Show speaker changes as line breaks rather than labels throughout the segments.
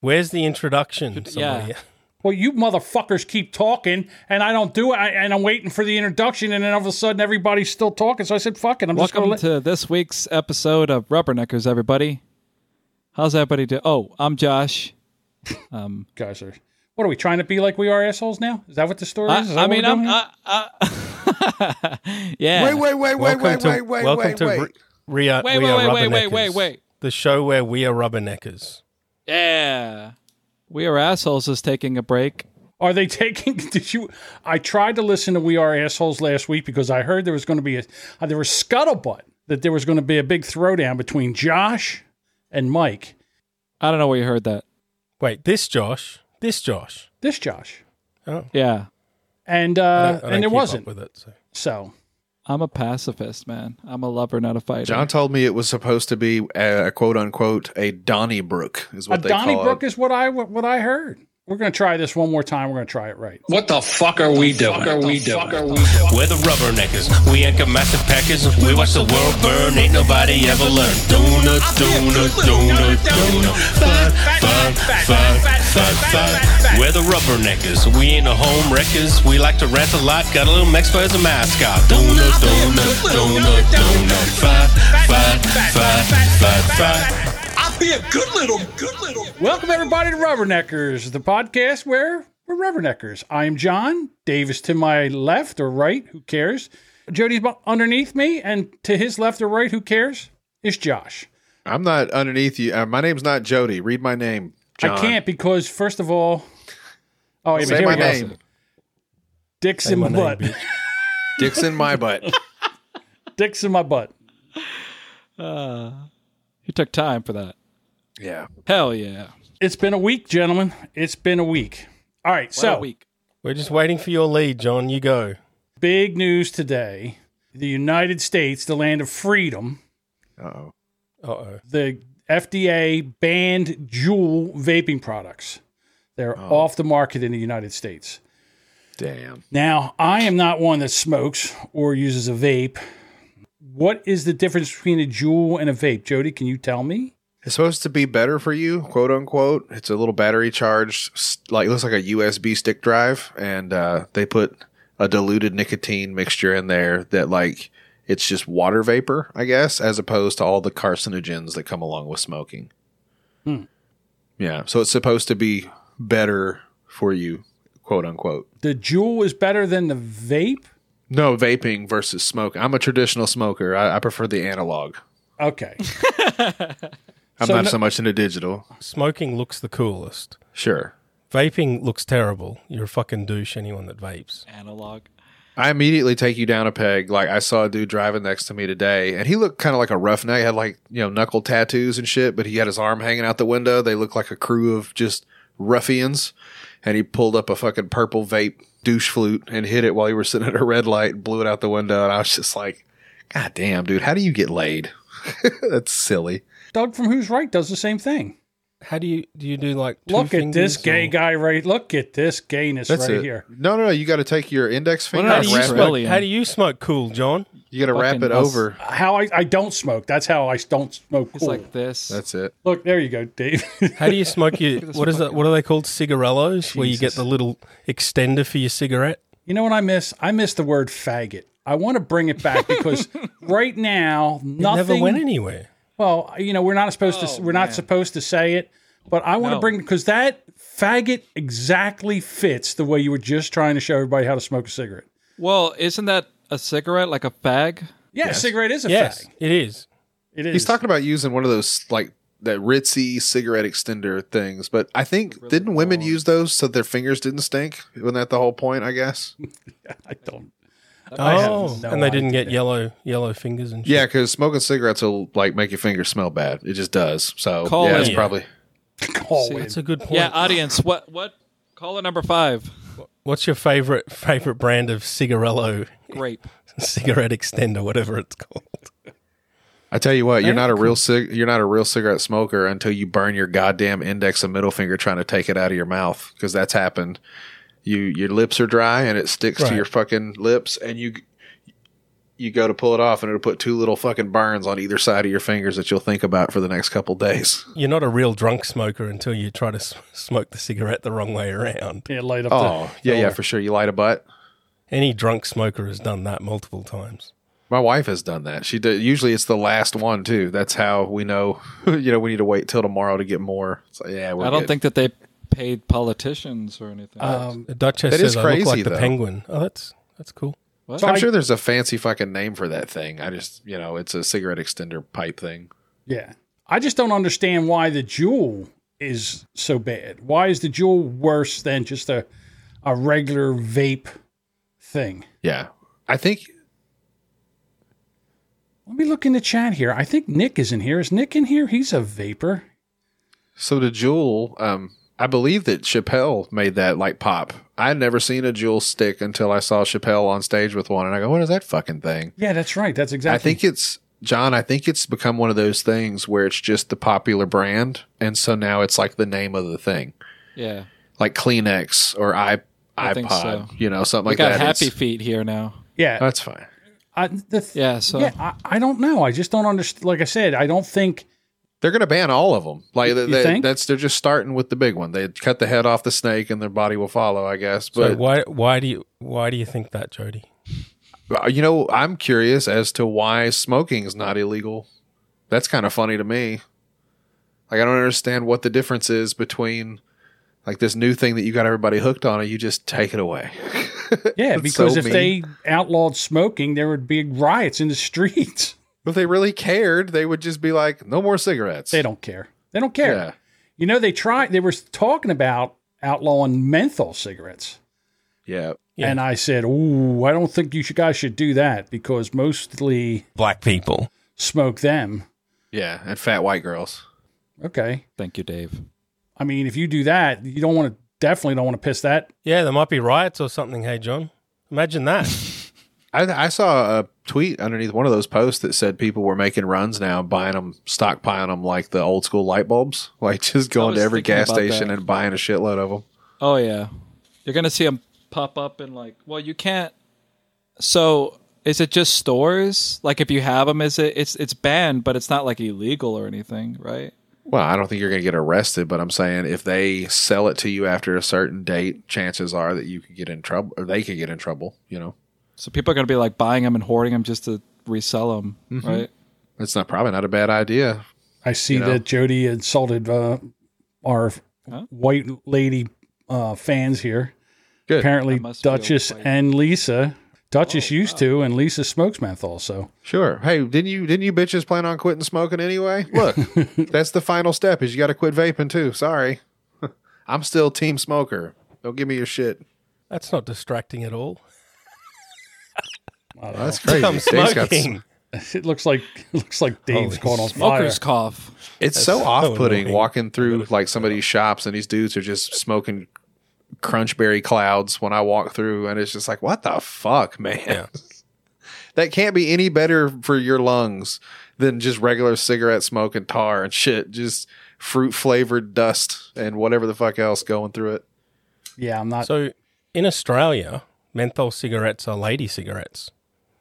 Where's the introduction? Somebody?
Yeah.
Well, you motherfuckers keep talking, and I don't do it, I, and I'm waiting for the introduction, and then all of a sudden everybody's still talking. So I said, "Fuck it, I'm just gonna
Welcome
let."
to this week's episode of Rubberneckers, everybody. How's everybody doing? Oh, I'm Josh.
Guys are, what are we trying to be like? We are assholes now? Is that what the story is? is
I,
that
I
what
mean,
we're
I'm.
doing here?
I, I, yeah.
Wait, wait, wait, wait,
Welcome
wait,
to
wait, wait,
welcome
wait,
to
wait.
Re- Ria-
Wait,
we
wait,
are
wait, wait, wait,
Rubberneckers,
wait, wait.
The show where we are rubberneckers.
Yeah. We Are Assholes is taking a break.
Are they taking? Did you? I tried to listen to We Are Assholes last week because I heard there was going to be a uh, there was scuttlebutt that there was going to be a big throwdown between Josh and Mike.
I don't know where you heard that.
Wait, this Josh, this Josh.
This Josh
Oh,
Yeah.
and
I don't-
uh,
I don't
and
keep
there
up
wasn't.
with it. So.
So
I'm a pacifist, man. I'm a lover, not a fighter.
John told me it was supposed to be a, a quote unquote a Donnybrook is
a
what they call
Donnybrook
it.
is what I what I heard. We're going to try this one more time. We're going to try it right.
What the fuck are we doing? Fuck are we doing? Fuck are we doing?
We're the rubberneckers. We anchor massive packers. We watch the world burn. Ain't nobody ever learned. Donut, donut, donut, donut. Fun, fun, fun, fun, fun. We're the rubberneckers. We ain't the home wreckers. We like to rant a lot. Got a little Mexico as a mascot. Donut, donut, donut, donut. Fun, fun, fun, fun, fun.
I'll be a good little, good little.
Welcome everybody to Rubberneckers, the podcast where we're rubberneckers. I am John. Dave is to my left or right. Who cares? Jody's bu- underneath me, and to his left or right. Who cares? Is Josh.
I'm not underneath you. Uh, my name's not Jody. Read my name. John.
I can't because first of all, oh wait, a minute,
say
here
my
we go.
name.
Dicks
Say
in
my
my
name,
butt.
bitch.
Dicks in my butt.
Dicks in my butt.
You took time for that.
Yeah.
Hell yeah.
It's been a week, gentlemen. It's been a week. All right,
What
so
a week.
We're just waiting for your lead, John. You go.
big news today: the United States, the land of freedom,
Uh oh.
Uh oh.
the FDA banned Juul vaping products. They're off the market in the United States.
Damn.
Now, I am not one that smokes or uses a vape. What is the difference between a Juul and a vape? Jody, can you tell me?
It's supposed to be better for you, quote unquote. It's a little battery charged, s- like it looks like a USB stick drive, and uh, they put a diluted nicotine mixture in there that like it's just water vapor, I guess, as opposed to all the carcinogens that come along with smoking.
Hmm.
Yeah, so it's supposed to be better for you, quote unquote.
the Juul is better than the vape.
No vaping versus smoke. I'm a traditional smoker. I, I prefer the analog.
Okay,
I'm
So
not
no-
so much into digital.
Smoking looks the coolest.
Sure.
Vaping looks terrible. You're a fucking douche. Anyone that vapes.
Analog.
I immediately take you down a peg. Like I saw a dude driving next to me today, and he looked kind of like a roughneck. He had like you know knuckle tattoos and shit, but he had his arm hanging out the window. They looked like a crew of just ruffians, and he pulled up a fucking purple vape douche flute and hit it while you were sitting at a red light and blew it out the window. And I was just like, God damn, dude, how do you get laid? That's silly.
Doug from Who's Right does the same thing.
How do you do? You do like two
Look at
fingers
this gay
or-
guy right. Look at this gayness
That's
right
it.
here.
No, no, no. You got to take your index
What did
finger.
I
How
and
do
use
you
wrap
for
it-
Australian.
smoke? How do you smoke cool, John?
You got to wrap it
Fucking us.
over.
How I, I don't smoke. That's how I don't smoke.
It's
Cool.
like this.
That's it.
Look, there you go, Dave.
How do you smoke your what is that? What are they called? Cigarellos, where you get the little extender for your cigarette.
you know what I miss? I miss the word faggot. I want to bring it back because right now nothing.
Never went anywhere. Oh,
Well, you know, we're not supposed to. We're not supposed to say it, but I want to
No.
bring because that faggot exactly fits the way you were just trying to show everybody how to smoke a cigarette.
well, isn't that a cigarette like a fag?
Yeah, a cigarette is a
Yes,
fag.
it is.
It is.
He's talking about using one of those like that ritzy cigarette extender things, but I think didn't women use those so their fingers didn't stink? Wasn't that the whole point? I guess.
I don't.
Oh,
have no
and they didn't get yellow yellow fingers and shit.
Yeah, because smoking cigarettes will like make your fingers smell bad. It just does. So
Call
yeah, it's
in.
probably
Call it.
that's a good point.
Yeah, audience. What? What? Caller number five.
What's your favorite favorite brand of cigarello
Grape.
cigarette extender, whatever it's called?
I tell you what, you're not a real cig- you're not a real cigarette smoker until you burn your goddamn index and middle finger trying to take it out of your mouth because that's happened. You your lips are dry and it sticks to
Right.
your fucking lips and you you go to pull it off and it'll put two little fucking burns on either side of your fingers that you'll think about for the next couple days.
You're not a real drunk smoker until you try to s- smoke the cigarette the wrong way around.
Yeah, light up.
Oh,
the,
yeah, yeah, for sure. You light a butt.
Any drunk smoker has done that multiple times.
My wife has done that. She did, usually it's the last one too. That's how we know. You know, we need to wait till tomorrow to get more. So yeah, we're
I don't
good.
think that they paid politicians or anything.
Uh, Um,
The Duchess
That is
says I look
crazy,
like the
though.
penguin. Oh, that's that's cool.
I'm sure there's a fancy fucking name for that thing. I just, you know, it's a cigarette extender pipe thing.
Yeah. I just don't understand why the jewel is so bad. Why is the jewel worse than just a a regular vape thing?
Yeah, I think.
Let me look in the chat here. I think Nick is in here. Is Nick in here? He's a vapor.
So the Jewel, um, I believe that Chappelle made that like pop. I had never seen a Jewel stick until I saw Chappelle on stage with one, and I go, "What is that fucking thing?"
Yeah, that's right. That's exactly.
I think it's John. I think it's become one of those things where it's just the popular brand, and so now it's like the name of the thing,
yeah,
like Kleenex or i
I think
iPod,
so.
you know, something
we
like
got
that.
happy
It's-
feet here now.
Yeah.
that's fine.
I, the th-
Yeah, so
yeah. I, I don't know. I just don't understand. Like I said, I don't think.
They're going to ban all of them. Like they, they-
think?
that's they're just starting with the big one. They cut the head off the snake, and their body will follow, I guess.
So
But
why why do you why do you think that, Jody?
Uh, you know, I'm curious as to why smoking is not illegal. That's kind of funny to me. Like, I don't understand what the difference is between like this new thing that you got everybody hooked on, and you just take it away.
Yeah,
That's
because
so
if
mean.
they outlawed smoking, there would be riots in the streets.
If they really cared, they would just be like, "No more cigarettes."
They don't care. They don't care.
Yeah.
You know, they tried. They were talking about outlawing menthol cigarettes.
Yeah.
Yeah.
And I said, "Ooh, I don't think you should, guys should do that because mostly
Black people.
smoke them."
Yeah. And fat white girls.
Okay,
thank you, Dave.
I mean, if you do that, you don't want to definitely don't want to piss that.
Yeah, there might be riots or something. Hey, John, imagine that.
I, I saw a tweet underneath one of those posts that said people were making runs now, buying them, stockpiling them like the old school light bulbs, like just going
was
to every
thinking
gas
about
station
that.
and buying a shitload of them.
Oh yeah, you're gonna see them pop up in like. Well, you can't. So is it just stores? Like if you have them, is it? It's it's banned, but it's not like illegal or anything, right?
Well, I don't think you're going to get arrested, but I'm saying if they sell it to you after a certain date, chances are that you could get in trouble or they could get in trouble. You know,
So people are gonna be like buying them and hoarding them just to resell them, right?
it's not probably not a bad idea.
I see
know?
that Jody insulted uh, our white lady uh, fans here.
Good.
Apparently,
must feel
Duchess
quite-
and Lisa. Duchess used to, and Lisa smokes menthol. So
Sure. Hey, didn't you didn't you bitches plan on quitting smoking anyway? Look, that's the final step is you got to quit vaping too. Sorry, I'm still team smoker. Don't give me your shit.
That's not distracting at all.
That's crazy.
I'm
Dave's got-
smoking.
it looks like it looks like
Holy
Dave's caught on fire.
Smoker's cough.
It's so
so
off-putting
annoying.
walking through like some of these shops and these dudes are just smoking crunchberry clouds when I walk through and it's just like what the fuck, man. that can't be any better for your lungs than just regular cigarette smoke and tar and shit, just fruit flavored dust and whatever the fuck else going through it.
Yeah, I'm not.
So in Australia, menthol cigarettes are lady cigarettes.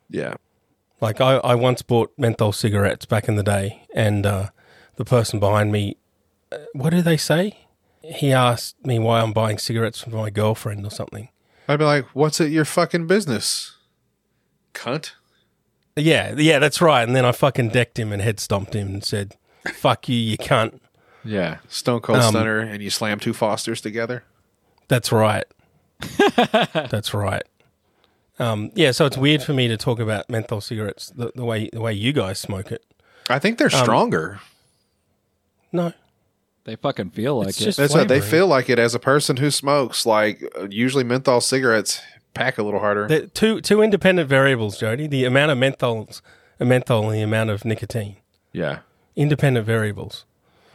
Yeah.
Like I, I once bought menthol cigarettes back in the day, and uh, the person behind me, uh, what do they say? He asked me why I'm buying cigarettes for my girlfriend or something.
I'd be like, "What's it your fucking business?" Cunt.
Yeah, yeah, that's right. And then I fucking decked him and head stomped him and said, "Fuck you, you cunt."
Yeah, Stone Cold
Um,
Stunner and you slam two Fosters together.
That's right. That's right. Um, yeah, so it's weird for me to talk about menthol cigarettes the, the way the way you guys smoke it.
I think
um,
they're stronger.
No,
They fucking feel like
it's
it.
just
That's what they
flavouring.
feel like it as a person who smokes. Like uh, usually menthol cigarettes pack a little harder.
The two two independent variables, Jody. The amount of menthols, uh, menthol, and the amount of nicotine.
yeah,
Independent variables.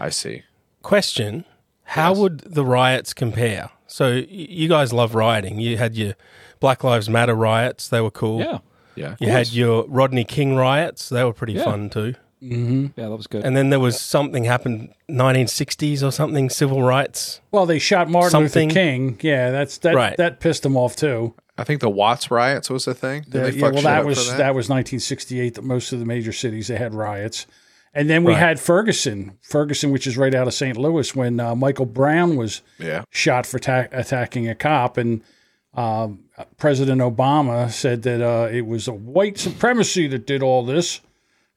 I see.
Question: How would the riots compare? So y- you guys love rioting. You had your Black Lives Matter riots; they were cool.
yeah,
Yeah,
You had your Rodney King riots; they were pretty
Yeah.
fun too.
yeah, that was good.
And then there was something happened 1960s or something civil rights.
Well, they shot Martin
Something-
Luther King. Yeah, that's that.
Right.
That pissed him off too.
I think the Watts riots was the thing. Did
Uh,
they
yeah,
fuck
well,
shit
that
up for
was that? was 1968. That most of the major cities they had riots, and then we had Ferguson, Ferguson, which is right out of St. Louis, when uh, Michael Brown was
Yeah.
shot for ta- attacking a cop, and um, President Obama said that uh, it was a white supremacy that did all this,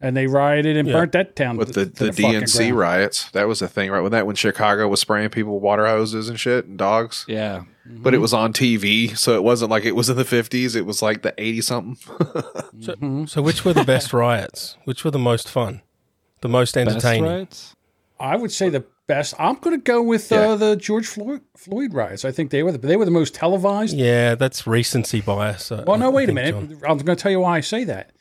and they rioted and burnt that town
with the,
to
the,
fucking
DNC
ground.
riots. That was the thing, right? When that when Chicago was spraying people with water hoses and shit and dogs.
Yeah.
But it was on TV, so it wasn't like it was in the fifties. It was like the eighty something.
Hmm.
So, which were the best riots? Which were the most fun? The most
Best
entertaining?
rights?
I would say the best. I'm going to go with uh, the George Floyd, Floyd riots. I think they were the, they were the most televised.
Yeah, that's recency bias. uh,
Well, no,
I
wait a
think,
minute.
John.
I'm going to tell you why I say that.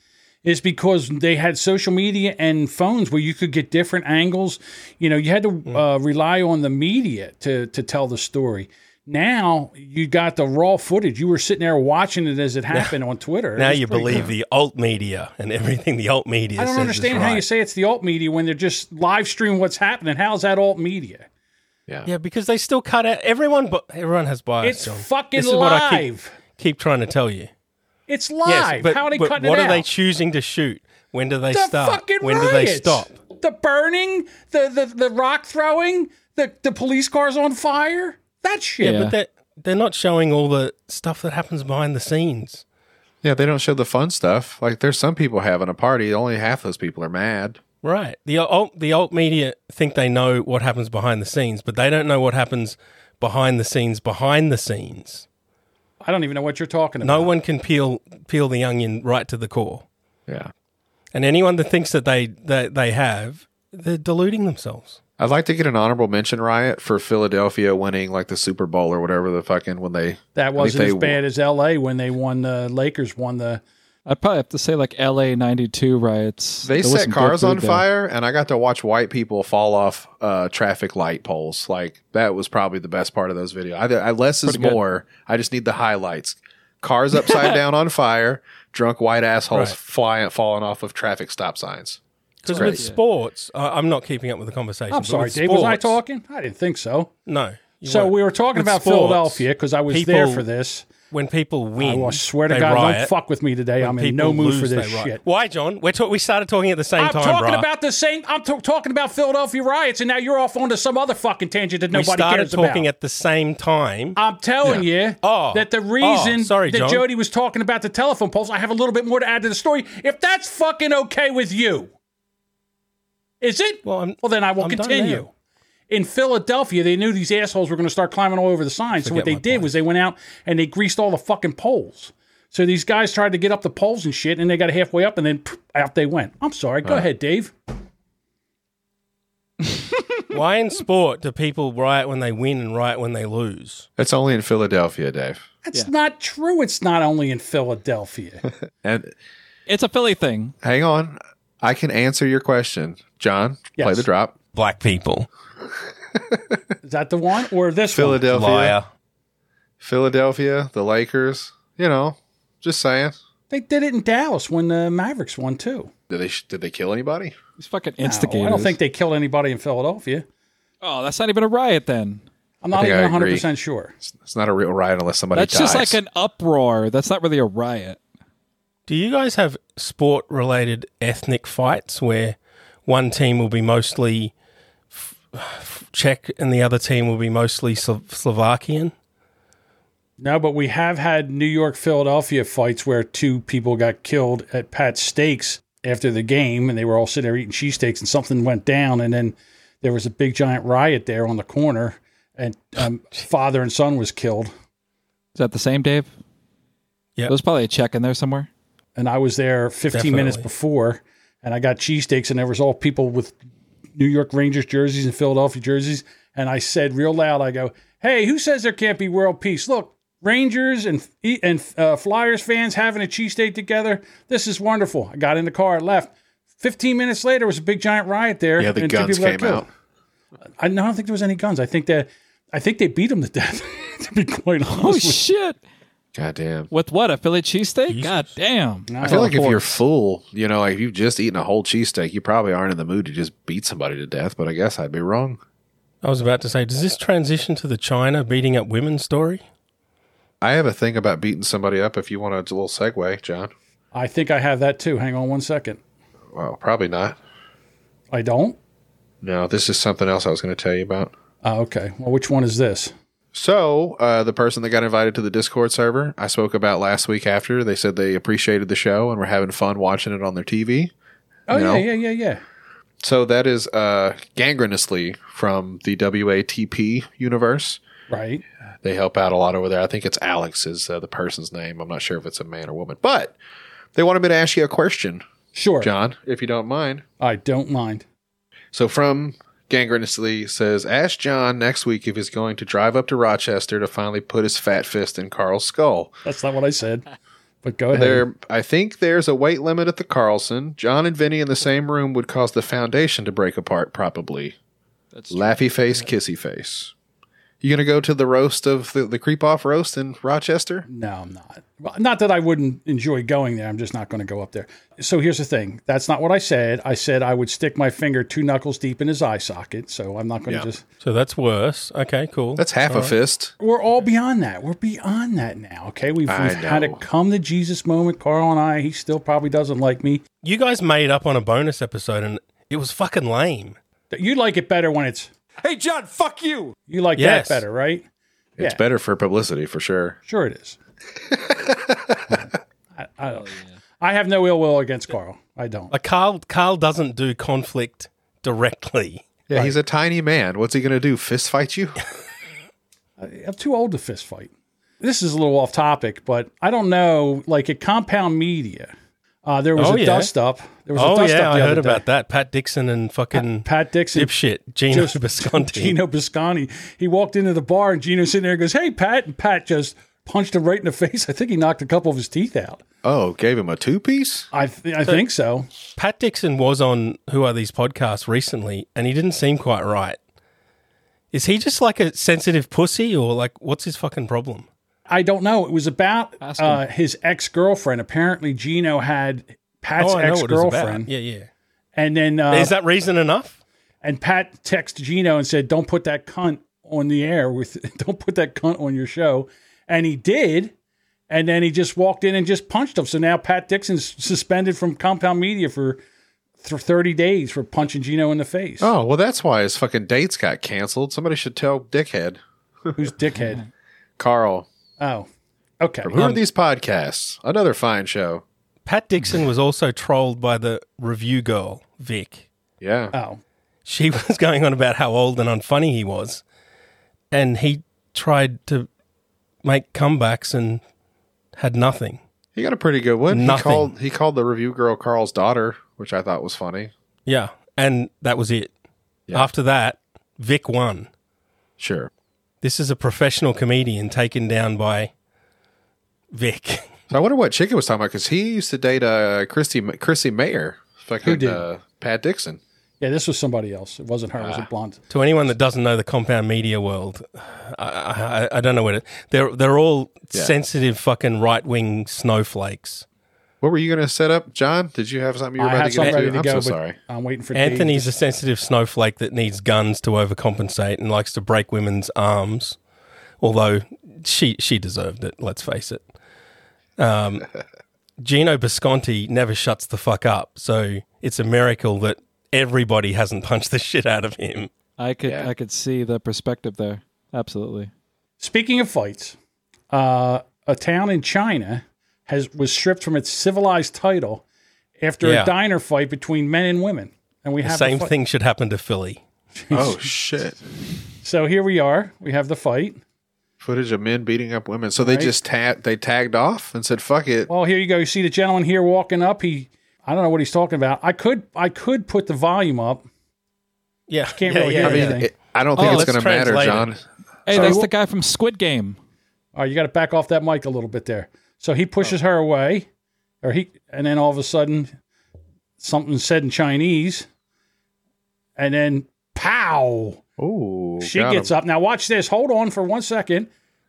It's because they had social media and phones where you could get different angles. You know, you had to
Mm.
uh, rely on the media to to tell the story. Now you got the raw footage. You were sitting there watching it as it happened on Twitter. It
Now
was
you
pretty
believe
cool.
the alt media and everything the alt media
I
says
don't
is
understand how you
right.
say it's the alt media when they're just live streaming what's happening. How's that alt media?
Yeah, because they still cut out everyone. But everyone has bias.
It's
John.
fucking
This is
live.
what I keep, keep trying to tell you.
it's
Yes,
live.
but,
how are they
but
cutting
what
it
are
out?
they choosing to shoot? When do they
the
start?
fucking
When
riots.
do they stop?
The burning, the the, the rock throwing, the, the police cars on fire. That shit.
Yeah.
But they're, they're not showing all the stuff that happens behind the scenes.
Yeah, they don't show the fun stuff. Like there's some people having a party. Only half those people are mad.
Right. The alt, the alt media think they know what happens behind the scenes, but they don't know what happens behind the scenes behind the scenes.
I don't even know what you're talking about.
No one can peel peel the onion right to the core.
Yeah.
And anyone that thinks that they that they have, they're deluding themselves.
I'd like to get an honorable mention riot for Philadelphia winning like the Super Bowl or whatever the fucking when they I
that
think
wasn't
they
as
won-
bad as L.A. when they won the Lakers won the.
I'd probably have to say like LA 92 riots.
They
There was
set
some good
cars
food
on
there.
fire, and I got to watch white people fall off uh, traffic light poles. Like that was probably the best part of those videos. I, I, less is
good.
more. I just need the highlights: cars upside down on fire, drunk white assholes
Right.
flying, falling off of traffic stop signs.
Because
Right.
with sports, I I'm not keeping up with the conversation.
I'm
but
sorry,
with
Dave. Was I
sports-
talking? I didn't think so.
No. you
So
weren't.
we were talking
With
about
sports,
Philadelphia because I was there
people-
for this.
When people win,
Well, I swear to
they
God, don't
riot.
fuck with me today. I'm in
People
no mood
lose,
for this
they riot.
shit.
Why, John? We're ta- we started talking at the same
I'm
time,
talking
bruh.
about the same. I'm t- talking about Philadelphia riots, and now you're off onto some other fucking tangent that
we
nobody
started
cares about. Uh,
talking at the same time.
I'm telling you
Oh.
that the
Oh,
reason
sorry,
that
John.
Jody was talking about the telephone poles, I have a little bit more to add to the story. If that's fucking okay with you, is it?
Well, I'm-
then I will
I'm done
continue.
now.
In Philadelphia, they knew these assholes were going to start climbing all over the signs. so what
Forget
they
my
did
point.
was they went out and they greased all the fucking poles. So these guys tried to get up the poles and shit, and they got halfway up, and then poof, out they went. I'm sorry. Go ahead, Dave.
Why in sport do people riot when they win and riot when they lose?
It's only in Philadelphia, Dave.
That's not true. It's not only in Philadelphia.
And
It's a Philly thing.
hang on, I can answer your question, John. Play
Yes.
the drop.
Black people,
Is that the one or this one?
Philadelphia,
liar.
Philadelphia, the Lakers. You know, just saying.
They did it in Dallas when the Mavericks won too.
Did they did they kill anybody?
These fucking
No,
instigators.
I don't think they killed anybody in Philadelphia.
Oh, that's not even a riot then.
I'm not
think
even
I agree.
100 percent sure.
It's not a real riot unless somebody
That's
dies.
just like an uproar. That's not really a riot.
Do you guys have sport related ethnic fights where one team will be mostly f- f- Czech and the other team will be mostly Slo- Slovakian?
No, but we have had New York Philadelphia fights where two people got killed at Pat's Steaks after the game, and they were all sitting there eating cheesesteaks, and something went down, and then there was a big giant riot there on the corner, and um, father and son was killed.
Is that the same, Dave?
Yeah.
There's probably a check in there somewhere.
and I was there 15 minutes
Definitely.
before, and I got cheesesteaks, and there was all people with New York Rangers jerseys and Philadelphia jerseys, and I said real loud, "I go, hey, who says there can't be world peace? Look, Rangers and and uh, Flyers fans having a cheesesteak together. This is wonderful." I got in the car, and left. 15 minutes later, there was a big giant riot there.
yeah, the
and two
guns
people got
came
killed.
out.
I, no, I don't think there was any guns. I think that I think they beat them to death. to be quite honest,
Oh
with you.
shit!
God damn.
With what a Philly cheesesteak? God damn!
I feel like if you're full, you know, like if you've just eaten a whole cheesesteak, you probably aren't in the mood to just beat somebody to death, but I guess I'd be wrong.
I was about to say, does this transition to the China beating up women story?
I have a thing about beating somebody up. If you want a little segue, John.
I think I have that too. Hang on one second.
Well, probably not.
I don't.
No, this is something else I was going to tell you about.
Uh, okay. Well, which one is this?
So, uh, the person that got invited to the Discord server I spoke about last week after, they said they appreciated the show and were having fun watching it on their TV.
Oh
No.
yeah, yeah, yeah, yeah.
So, that is uh, gangrenously from the WATP universe.
Right.
they help out a lot over there. I think it's Alex is uh, the person's name. I'm not sure if it's a man or woman, but they wanted me to ask you a question,
Sure.
John, if you don't mind.
I don't mind.
So from Gangrenously says, ask John next week if he's going to drive up to Rochester to finally put his fat fist in Carl's skull.
That's not what I said. But go ahead.
There, I think there's a weight limit at the Carlson. John and Vinny in the same room would cause the foundation to break apart, probably.
That's
Laughy face, kissy face. You gonna go to the roast of the, the creep off roast in Rochester?
No, I'm not. Well, not that I wouldn't enjoy going there. I'm just not going to go up there. So here's the thing. That's not what I said. I said I would stick my finger two knuckles deep in his eye socket. So I'm not going to
Yeah.
just.
So that's worse. Okay, cool.
That's half a fist.
We're all beyond that. We're beyond that now. Okay. We've,
I
we've had a
know.
come to Jesus moment. Carl and I, he still probably doesn't like me.
You guys made up on a bonus episode and it was fucking lame.
You like it better when it's,
Hey, John, fuck you.
you like
Yes.
that better, right?
It's
Yeah.
better for publicity for sure.
Sure it is. I, I, don't, I have no ill will against Carl. I don't.
Like Carl, Carl doesn't do conflict directly.
Yeah, he's a tiny man. What's he going to do? Fist fight you?
I'm too old to fist fight. This is a little off topic, but I don't know. Like at Compound Media, uh, there was
Oh,
a
yeah.
dust up. There was a
Oh
dust
yeah,
up.
I
the other
heard
day.
about that. Pat Dixon and fucking
Pat Dixon,
dipshit Gino
Joseph-
Visconti.
Gino Biscani. He walked into the bar and Gino's sitting there and goes, "Hey, Pat," and Pat just punched him right in the face. I think he knocked a couple of his teeth out.
oh, gave him a two piece?
I th- I think so.
Pat Dixon was on Who Are These podcasts recently, and he didn't seem quite right. Is he just like a sensitive pussy, or like what's his fucking problem?
I don't know. It was about
Ask him.
uh, his ex girlfriend. Apparently, Gino had Pat's
Oh, I know
ex
what it was about.
girlfriend,
Yeah, yeah.
and then uh,
Is that reason enough?
And Pat texted Gino and said, "Don't put that cunt on the air with. Don't put that cunt on your show." And he did. And then he just walked in and just punched him. So now Pat Dixon's suspended from Compound Media for th- thirty days for punching Gino in the face.
Oh, well, that's why his fucking dates got canceled. Somebody should tell Dickhead.
Who's dickhead?
Carl, Um,
Oh, okay.
who are these podcasts? Another fine show.
Pat Dixon was also trolled by the review girl Vic.
Yeah.
Oh,
She was going on about how old and unfunny he was, and he tried to make comebacks and had nothing.
he got a pretty good one. He
Nothing.
called, he called the review girl Carl's daughter, which I thought was funny.
Yeah, and that was it. After that, Vic won.
Sure.
This is a professional comedian taken down by Vic.
So I wonder what Chicken was talking about because he used to date uh, Christy, Chrissy Mayer, fucking
did?
Uh, Pat Dixon.
yeah. This was somebody else. It wasn't her. It was
Ah.
a blonde.
to anyone that doesn't know the compound media world, I, I, I don't know what it. They're they're all sensitive fucking right wing snowflakes.
What were you going to set up, John? Did you have something you were
I have
about to get
something
into?
ready to
I'm
go.
so
but
sorry.
I'm waiting for Dave.
Anthony's a sensitive snowflake that needs guns to overcompensate and likes to break women's arms. Although she she deserved it. Let's face it. Um, Gino Bisconti never shuts the fuck up, so it's a miracle that everybody hasn't punched the shit out of him.
I could
Yeah.
I could see the perspective there. Absolutely.
Speaking of fights, uh, a town in China has was stripped from its civilized title after
Yeah.
a diner fight between men and women, and we have the
Same
fight.
thing should happen to Philly.
Oh shit!
So here we are. We have the fight.
Footage of men beating up women. So they just ta- they tagged off and said, "Fuck it."
Well, here you go. You see the gentleman here walking up. He, I don't know what he's talking about. I could, I could put the volume up.
Yeah,
Can't
yeah,
really
yeah,
hear
yeah.
anything.
It- I don't think
Oh,
it's
let's
going to matter,
translate it.
John.
Hey, that's the guy from Squid Game.
All right, you got to back off that mic a little bit there. So he pushes her away, or he, and then all of a sudden, something said in Chinese, and then pow.
Ooh,
She gets up. Now watch this. Hold on for one second.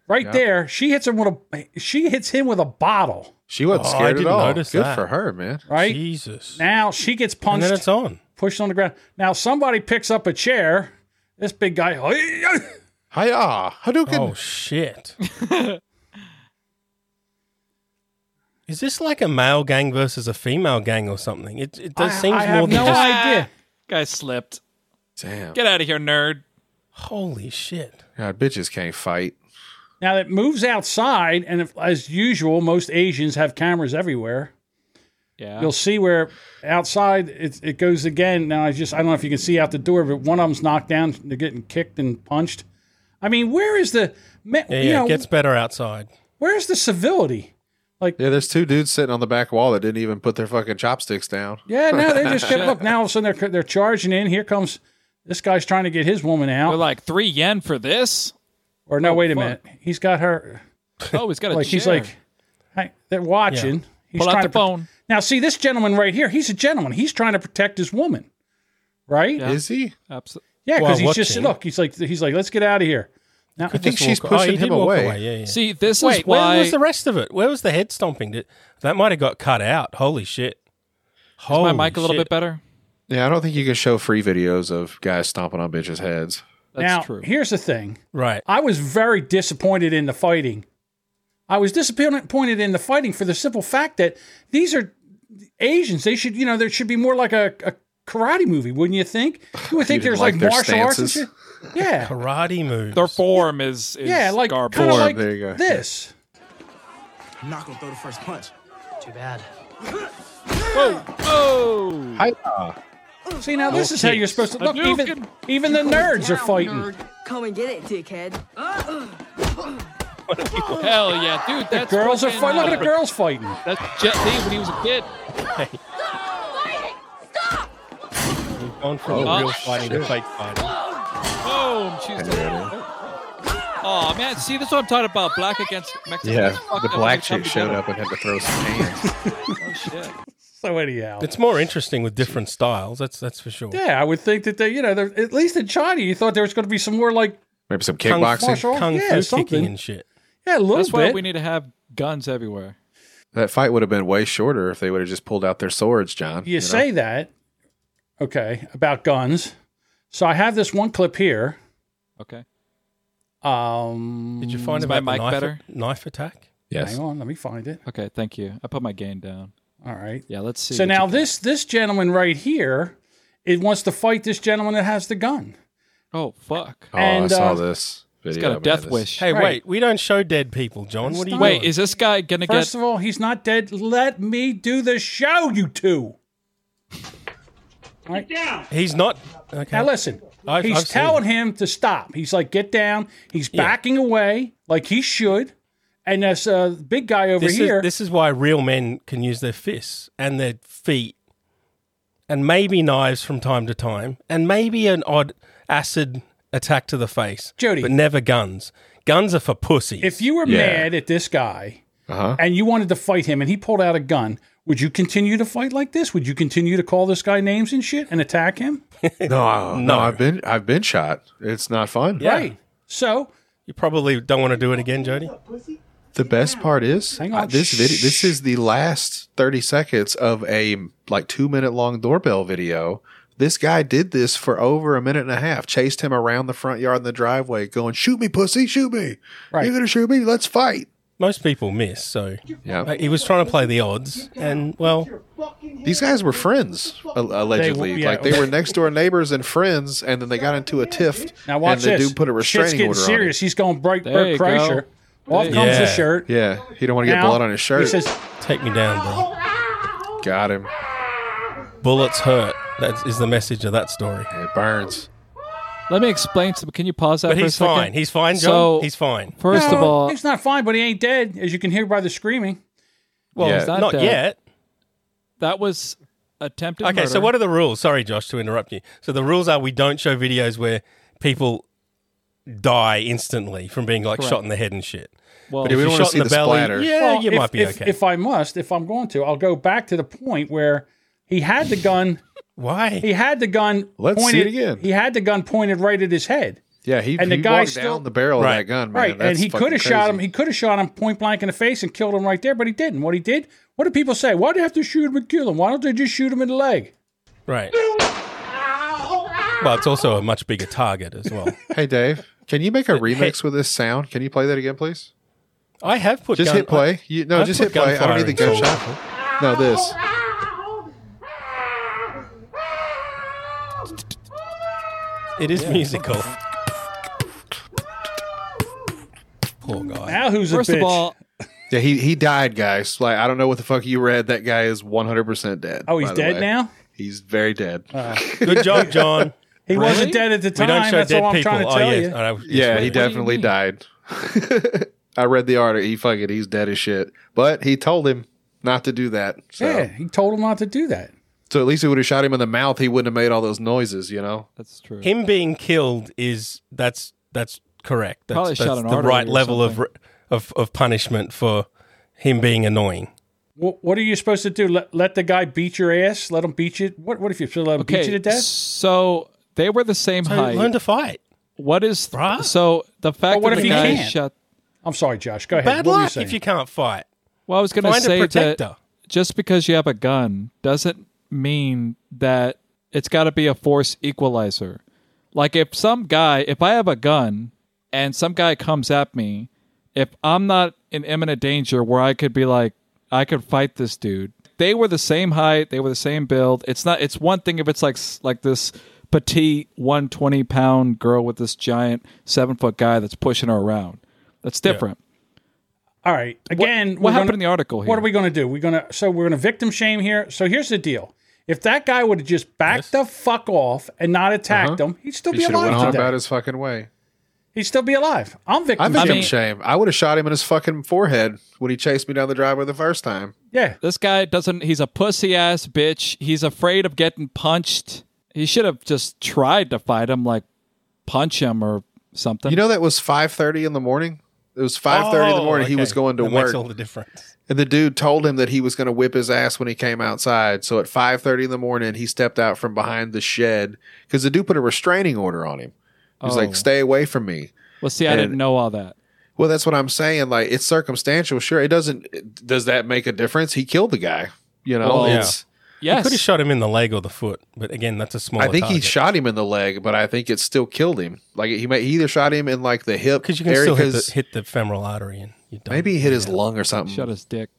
Right there, she hits him with a she hits him with a bottle.
She wasn't
Oh, I
scared at
didn't
all. Good
notice that.
for her, man.
Right
Jesus.
now, she gets
And then
punched,
it's on.
pushed on the ground. Now somebody picks up a chair. This big guy.
Hiya, Hadouken.
Oh shit! Is this like a male gang versus a female gang or something? It it does
I-
seems
I have
more than
no
just
idea.
Guy slipped.
Damn.
Get out of here, nerd.
holy shit.
God, bitches can't fight.
Now it moves outside, and if, as usual, most Asians have cameras everywhere.
Yeah.
You'll see where outside it, it goes again. Now I just I don't know if you can see out the door, but one of them's knocked down. They're getting kicked and punched. I mean, where is the ma-
Yeah,
you
yeah,
know
it gets better outside.
where's the civility?
Yeah, there's two dudes sitting on the back wall that didn't even put their fucking chopsticks down.
Yeah, no, they just get look now. All of a sudden they're they're charging in. Here comes this guy's trying to get his woman
They're
out.
like three yen for this.
or no, wait a
fuck.
minute, he's got her.
Oh, he's got a
Like
chair.
he's like, hey, they're watching. He's
pull
trying
out
to
the
pro-
phone.
Now, see this gentleman right here. He's a gentleman. He's trying to protect his woman, right? Yeah,
Is he?
Abso-
because
While
he's just
watching.
look. He's like he's like, let's get out of here. Now,
I think
Just
she's
walk- oh, he
pushing
did
him
walk
away.
Yeah, yeah.
see, this is
Wait,
why.
where was the rest of it? Where was the head stomping? Did, that might have got cut out. Holy shit.
is
Holy
my mic a little
shit.
bit better?
Yeah, I don't think you can show free videos of guys stomping on bitches' heads.
That's
now
true.
here's the thing.
Right.
I was very disappointed in the fighting. I was disappointed in the fighting for the simple fact that these are Asians. They should, you know, there should be more like a, a karate movie, wouldn't you think? You would think there's
didn't like
like,
their
martial arts and shit.
stances?
Yeah.
Karate moves.
Their form is, is
Yeah, like
garbage.
kind of
Form,
like
there you go.
this.
I'm not gonna throw the first punch.
Too bad.
oh,
Hi,
See now, this is how you're supposed to look. Even even the nerds are fighting.
Come and get it, dickhead.
hell yeah, dude. That's
Girls are
fucking,
fighting. Look
uh,
at the girls fighting.
That's Jet Li when he was a kid.
We've gone from
Oh,
the real fighting to fake fighting.
Boom. She's Oh man, see this is what I'm talking about. Black against Mexican.
Yeah,
Fuck
the
up
black
when they come
chick showed
together.
up and had to throw some hands.
Oh shit.
So anyhow,
It's more interesting with different styles. That's that's for sure.
yeah, I would think that they, you know, they're- at least in China, you thought there was going to be some more like
Maybe some
Kung,
kickboxing.
martial-
kung
Yeah,
fu
something.
kicking and shit.
yeah, a little
That's why
bit.
we need to have guns everywhere.
That fight would have been way shorter if they would have just pulled out their swords, John.
you say that, okay, about guns. So I have this one clip here.
Okay.
Um,
Did you find
Is
about
my
the
mic
knife,
better?
knife attack?
Yes.
hang on, let me find it.
Okay, thank you. I put my gain down.
All right.
Yeah, let's see.
So
what
now
you-
this this gentleman right here, it wants to fight this gentleman that has the gun.
Oh fuck.
Oh, I
And,
saw
uh,
this video.
He's got a
man.
death
This-
wish.
Hey,
Right.
wait. We don't show dead people, John. What are you
Wait,
doing?
is this guy gonna
First
get?
of all, he's not dead. Let me do the show, you two.
He's not. Okay.
Now listen,
I've-
he's
I've seen
telling him to stop. He's like, get down. He's backing away like he should. And this uh, big guy over
this is
here,
this is why real men can use their fists and their feet, and maybe knives from time to time, and maybe an odd acid attack to the face.
Jody.
but never guns. Guns are for pussy.
if you were
Yeah.
mad at this guy
Uh-huh.
and you wanted to fight him and he pulled out a gun, would you continue to fight like this? Would you continue to call this guy names and shit and attack him?
No, no, I've been I've been shot. It's not fun.
Yeah.
Right. So
you probably don't want to do it again, Jody.
The best part is
Hang on.
uh, this video. This is the last thirty seconds of a like two minute long doorbell video. This guy did this for over a minute and a half. Chased him around the front yard in the driveway, going, "Shoot me, pussy! Shoot me!
Right.
You're gonna shoot me? Let's fight!"
Most people miss, so
Yeah,
he was trying to play the odds, and well,
these guys were friends a- allegedly.
yeah.
Like they were next door neighbors and friends, and then they got into a tiff.
now watch
and the
this.
dude put a
Shit's
restraining
getting
order
serious. He's going to break
There
Bert
you go.
Kreischer. Off
There you
comes
go.
the shirt.
on him. Yeah, he don't want to get
Now,
blood on his shirt.
He says,
take me down, bro.
"Got him.
Bullets hurt. That is the message of that story.
It burns."
Let me explain. Some, can you pause that?
But
for
he's
a second?
fine. He's fine, John.
So-
he's fine.
First of
"No,
all,
he's not fine, but he ain't dead, as you can hear by the screaming.
well,
Yeah.
he's not,
Not
dead.
yet.
That was attempted.
Okay, so
murder.
what are the rules? Sorry, Josh, to interrupt you. So the rules are we don't show videos where people die instantly from being like shot
Correct.
in the head and shit.
Well,
But if
we
you're
don't wanna
shot
see
in the
the
belly,
splatter.
yeah,
Well,
Eh, you
if,
might be
if,
okay.
If I must, if I'm going to, I'll go back to the point where he had the gun.
Why?
He had the gun.
Let's see it
pointed,
again.
He had the gun pointed right at his head.
Yeah, he
And the
he
guy
walked
still-
down the barrel
Right.
of that gun, man.
Right, and
That's
he
fucking
could have shot
crazy.
him. He could have shot him point blank in the face and killed him right there, but he didn't. What he did? What do people say? Why do you have to shoot him and kill him? Why don't they just shoot him in the leg?
right. Well, it's also a much bigger target as well.
Hey Dave, can you make a remix with this sound? Can you play that again, please?
I have put
Just
gun-
hit play. You, no,
I've
just
put
hit play. I don't need the
gunfire in
gunshot. No, this.
It is musical. Poor guy.
Now who's
First
a bitch?
of all,
Yeah, he he died, guys. Like I don't know what the fuck you read. That guy is one hundred percent dead.
oh, he's
by the
dead
way.
now. Uh,
He's very dead.
Good job, John.
He wasn't dead at the
We
time.
don't show
That's
dead
all I'm
people.
trying to
oh,
tell
yes.
you.
I know. Yes,
yeah,
we
he
do.
definitely died. I read the article. He fucking he's dead as shit. But he told him not to do that. So,
Yeah, he told him not to do that.
so at least he would have shot him in the mouth. He wouldn't have made all those noises. You know.
that's true.
Him being killed is that's that's correct. That's,
Probably
that's
shot an
the
artery
right
or
level of,
something.
re- of of punishment for him being annoying.
What, what are you supposed to do? Let, let the guy beat your ass? Let him beat you? What What if you let him beat you to death?
so they were the same height.
Learn to fight.
what is
Bruh.
so the fact
But what
that
if
the
you
guy
can't?
shot?
I'm sorry, Josh. Go ahead.
Bad
what were you
luck
saying?
if you can't fight.
Well, I was going to
Find a
say
protector.
that just because you have a gun doesn't mean that it's got to be a force equalizer. Like if some guy, if I have a gun and some guy comes at me, if I'm not in imminent danger where I could be like, I could fight this dude. They were the same height. They were the same build. It's not. It's one thing if it's like s- like this petite 120 pound girl with this giant seven foot guy that's pushing her around. That's different.
All right. Again,
what
we're
happened
gonna-
in the article
What
here?
are we going to do? We're going to so we're going to victim shame here. So here's the deal. If that guy would have just backed the fuck off and not attacked him, he'd still
Uh-huh. He
be
should have went
alive
on about
today.
his fucking way.
He'd still be alive. I'm
I
victim
think I
shaming.
mean-
shame. I would have shot him in his fucking forehead when he chased me down the driveway the first time.
Yeah.
This guy doesn't. He's a pussy ass bitch. He's afraid of getting punched. He should have just tried to fight him, like punch him or something.
You know that was five thirty in the morning. It was five thirty in the
Oh,
morning. He
okay.
was going to
That
work.
Makes all the difference.
And the dude told him that he was going to whip his ass when he came outside. So at 5:30 in the morning, he stepped out from behind the shed cuz the dude put a restraining order on him. He was
Oh.
like, "Stay away from me."
well, see, I didn't
and-
know all that.
Well, that's what I'm saying. Like it's circumstantial, sure. It doesn't does that make a difference? He killed the guy. You know,
Well,
it's
I could have
Yes,
shot him in the leg or the foot, but again, that's a small.
I think
target.
he shot him in the leg, but I think it still killed him. Like he may he either shot him in like the hip
because you can
area,
still hit
'cause
the, hit the femoral artery and you don't.
maybe he hit his lung or something.
shut his dick.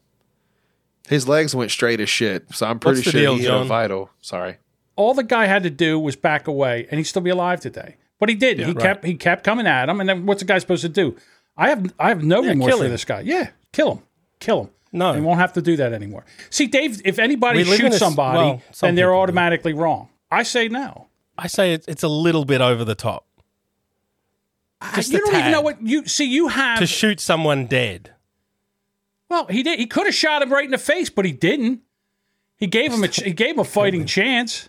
His legs went straight as shit. So I'm pretty
What's the
sure
deal,
he hit a
John?
vital. Sorry.
All the guy had to do was back away and he'd still be alive today. But he didn't. he kept he kept coming at him and then what's the guy supposed to do? I have I have no remorse
kill
for
him.
this guy. Yeah. Kill him. Kill him.
No.
He won't have to do that anymore. See, Dave, if anybody
We live in a
shoots
s-
somebody,
well, some
then they're
people do.
automatically wrong. I say no.
I say it's, it's a little bit over the top Just
you
a
don't even
tad.
know what you see. You have
to shoot someone dead.
well, he did. He could have shot him right in the face, but he didn't. He gave him a ch- he gave him a fighting chance.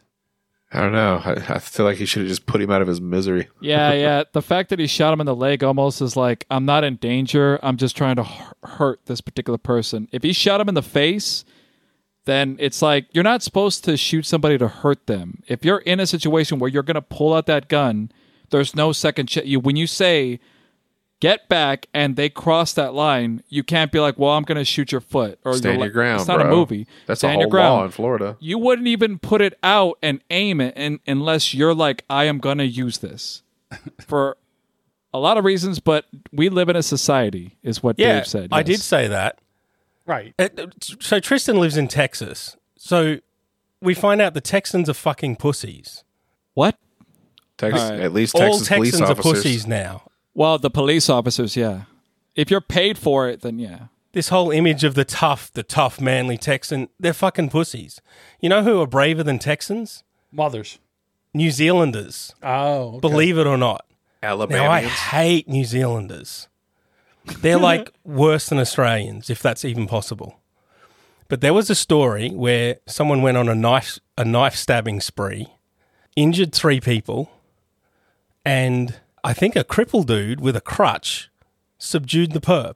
I don't know. I, I feel like he should have just put him out of his misery.
Yeah, yeah. The fact that he shot him in the leg almost is like I'm not in danger. I'm just trying to hu- hurt this particular person. If he shot him in the face, then it's like you're not supposed to shoot somebody to hurt them. If you're in a situation where you're going to pull out that gun, there's no second ch- you when you say get back and they cross that line, you can't be like, "Well, I'm going to shoot your foot or
Stand
le-
your ground,
It's not
bro.
a movie.
That's
Stand
a
your
whole law
ground
in Florida.
you wouldn't even put it out and aim it and, unless you're like i am going to use this for a lot of reasons but we live in a society is what
Yeah,
dave said
I did
yes.
say that.
Right.
Uh, So Tristan lives in Texas. So we find out the Texans are fucking pussies.
what
Texas,
All right.
At least
All
Texas police
Texans are
officers.
pussies now.
well the police officers yeah if you're paid for it then yeah
This whole image of the tough, the tough, manly Texan, they're fucking pussies. You know who are braver than Texans?
Mothers.
New Zealanders.
Oh. okay.
Believe it or not. Now I
Alabama.
hate New Zealanders. They're like worse than Australians, if that's even possible. But there was a story where someone went on a knife a knife stabbing spree, injured three people, and I think a crippled dude with a crutch subdued the perp.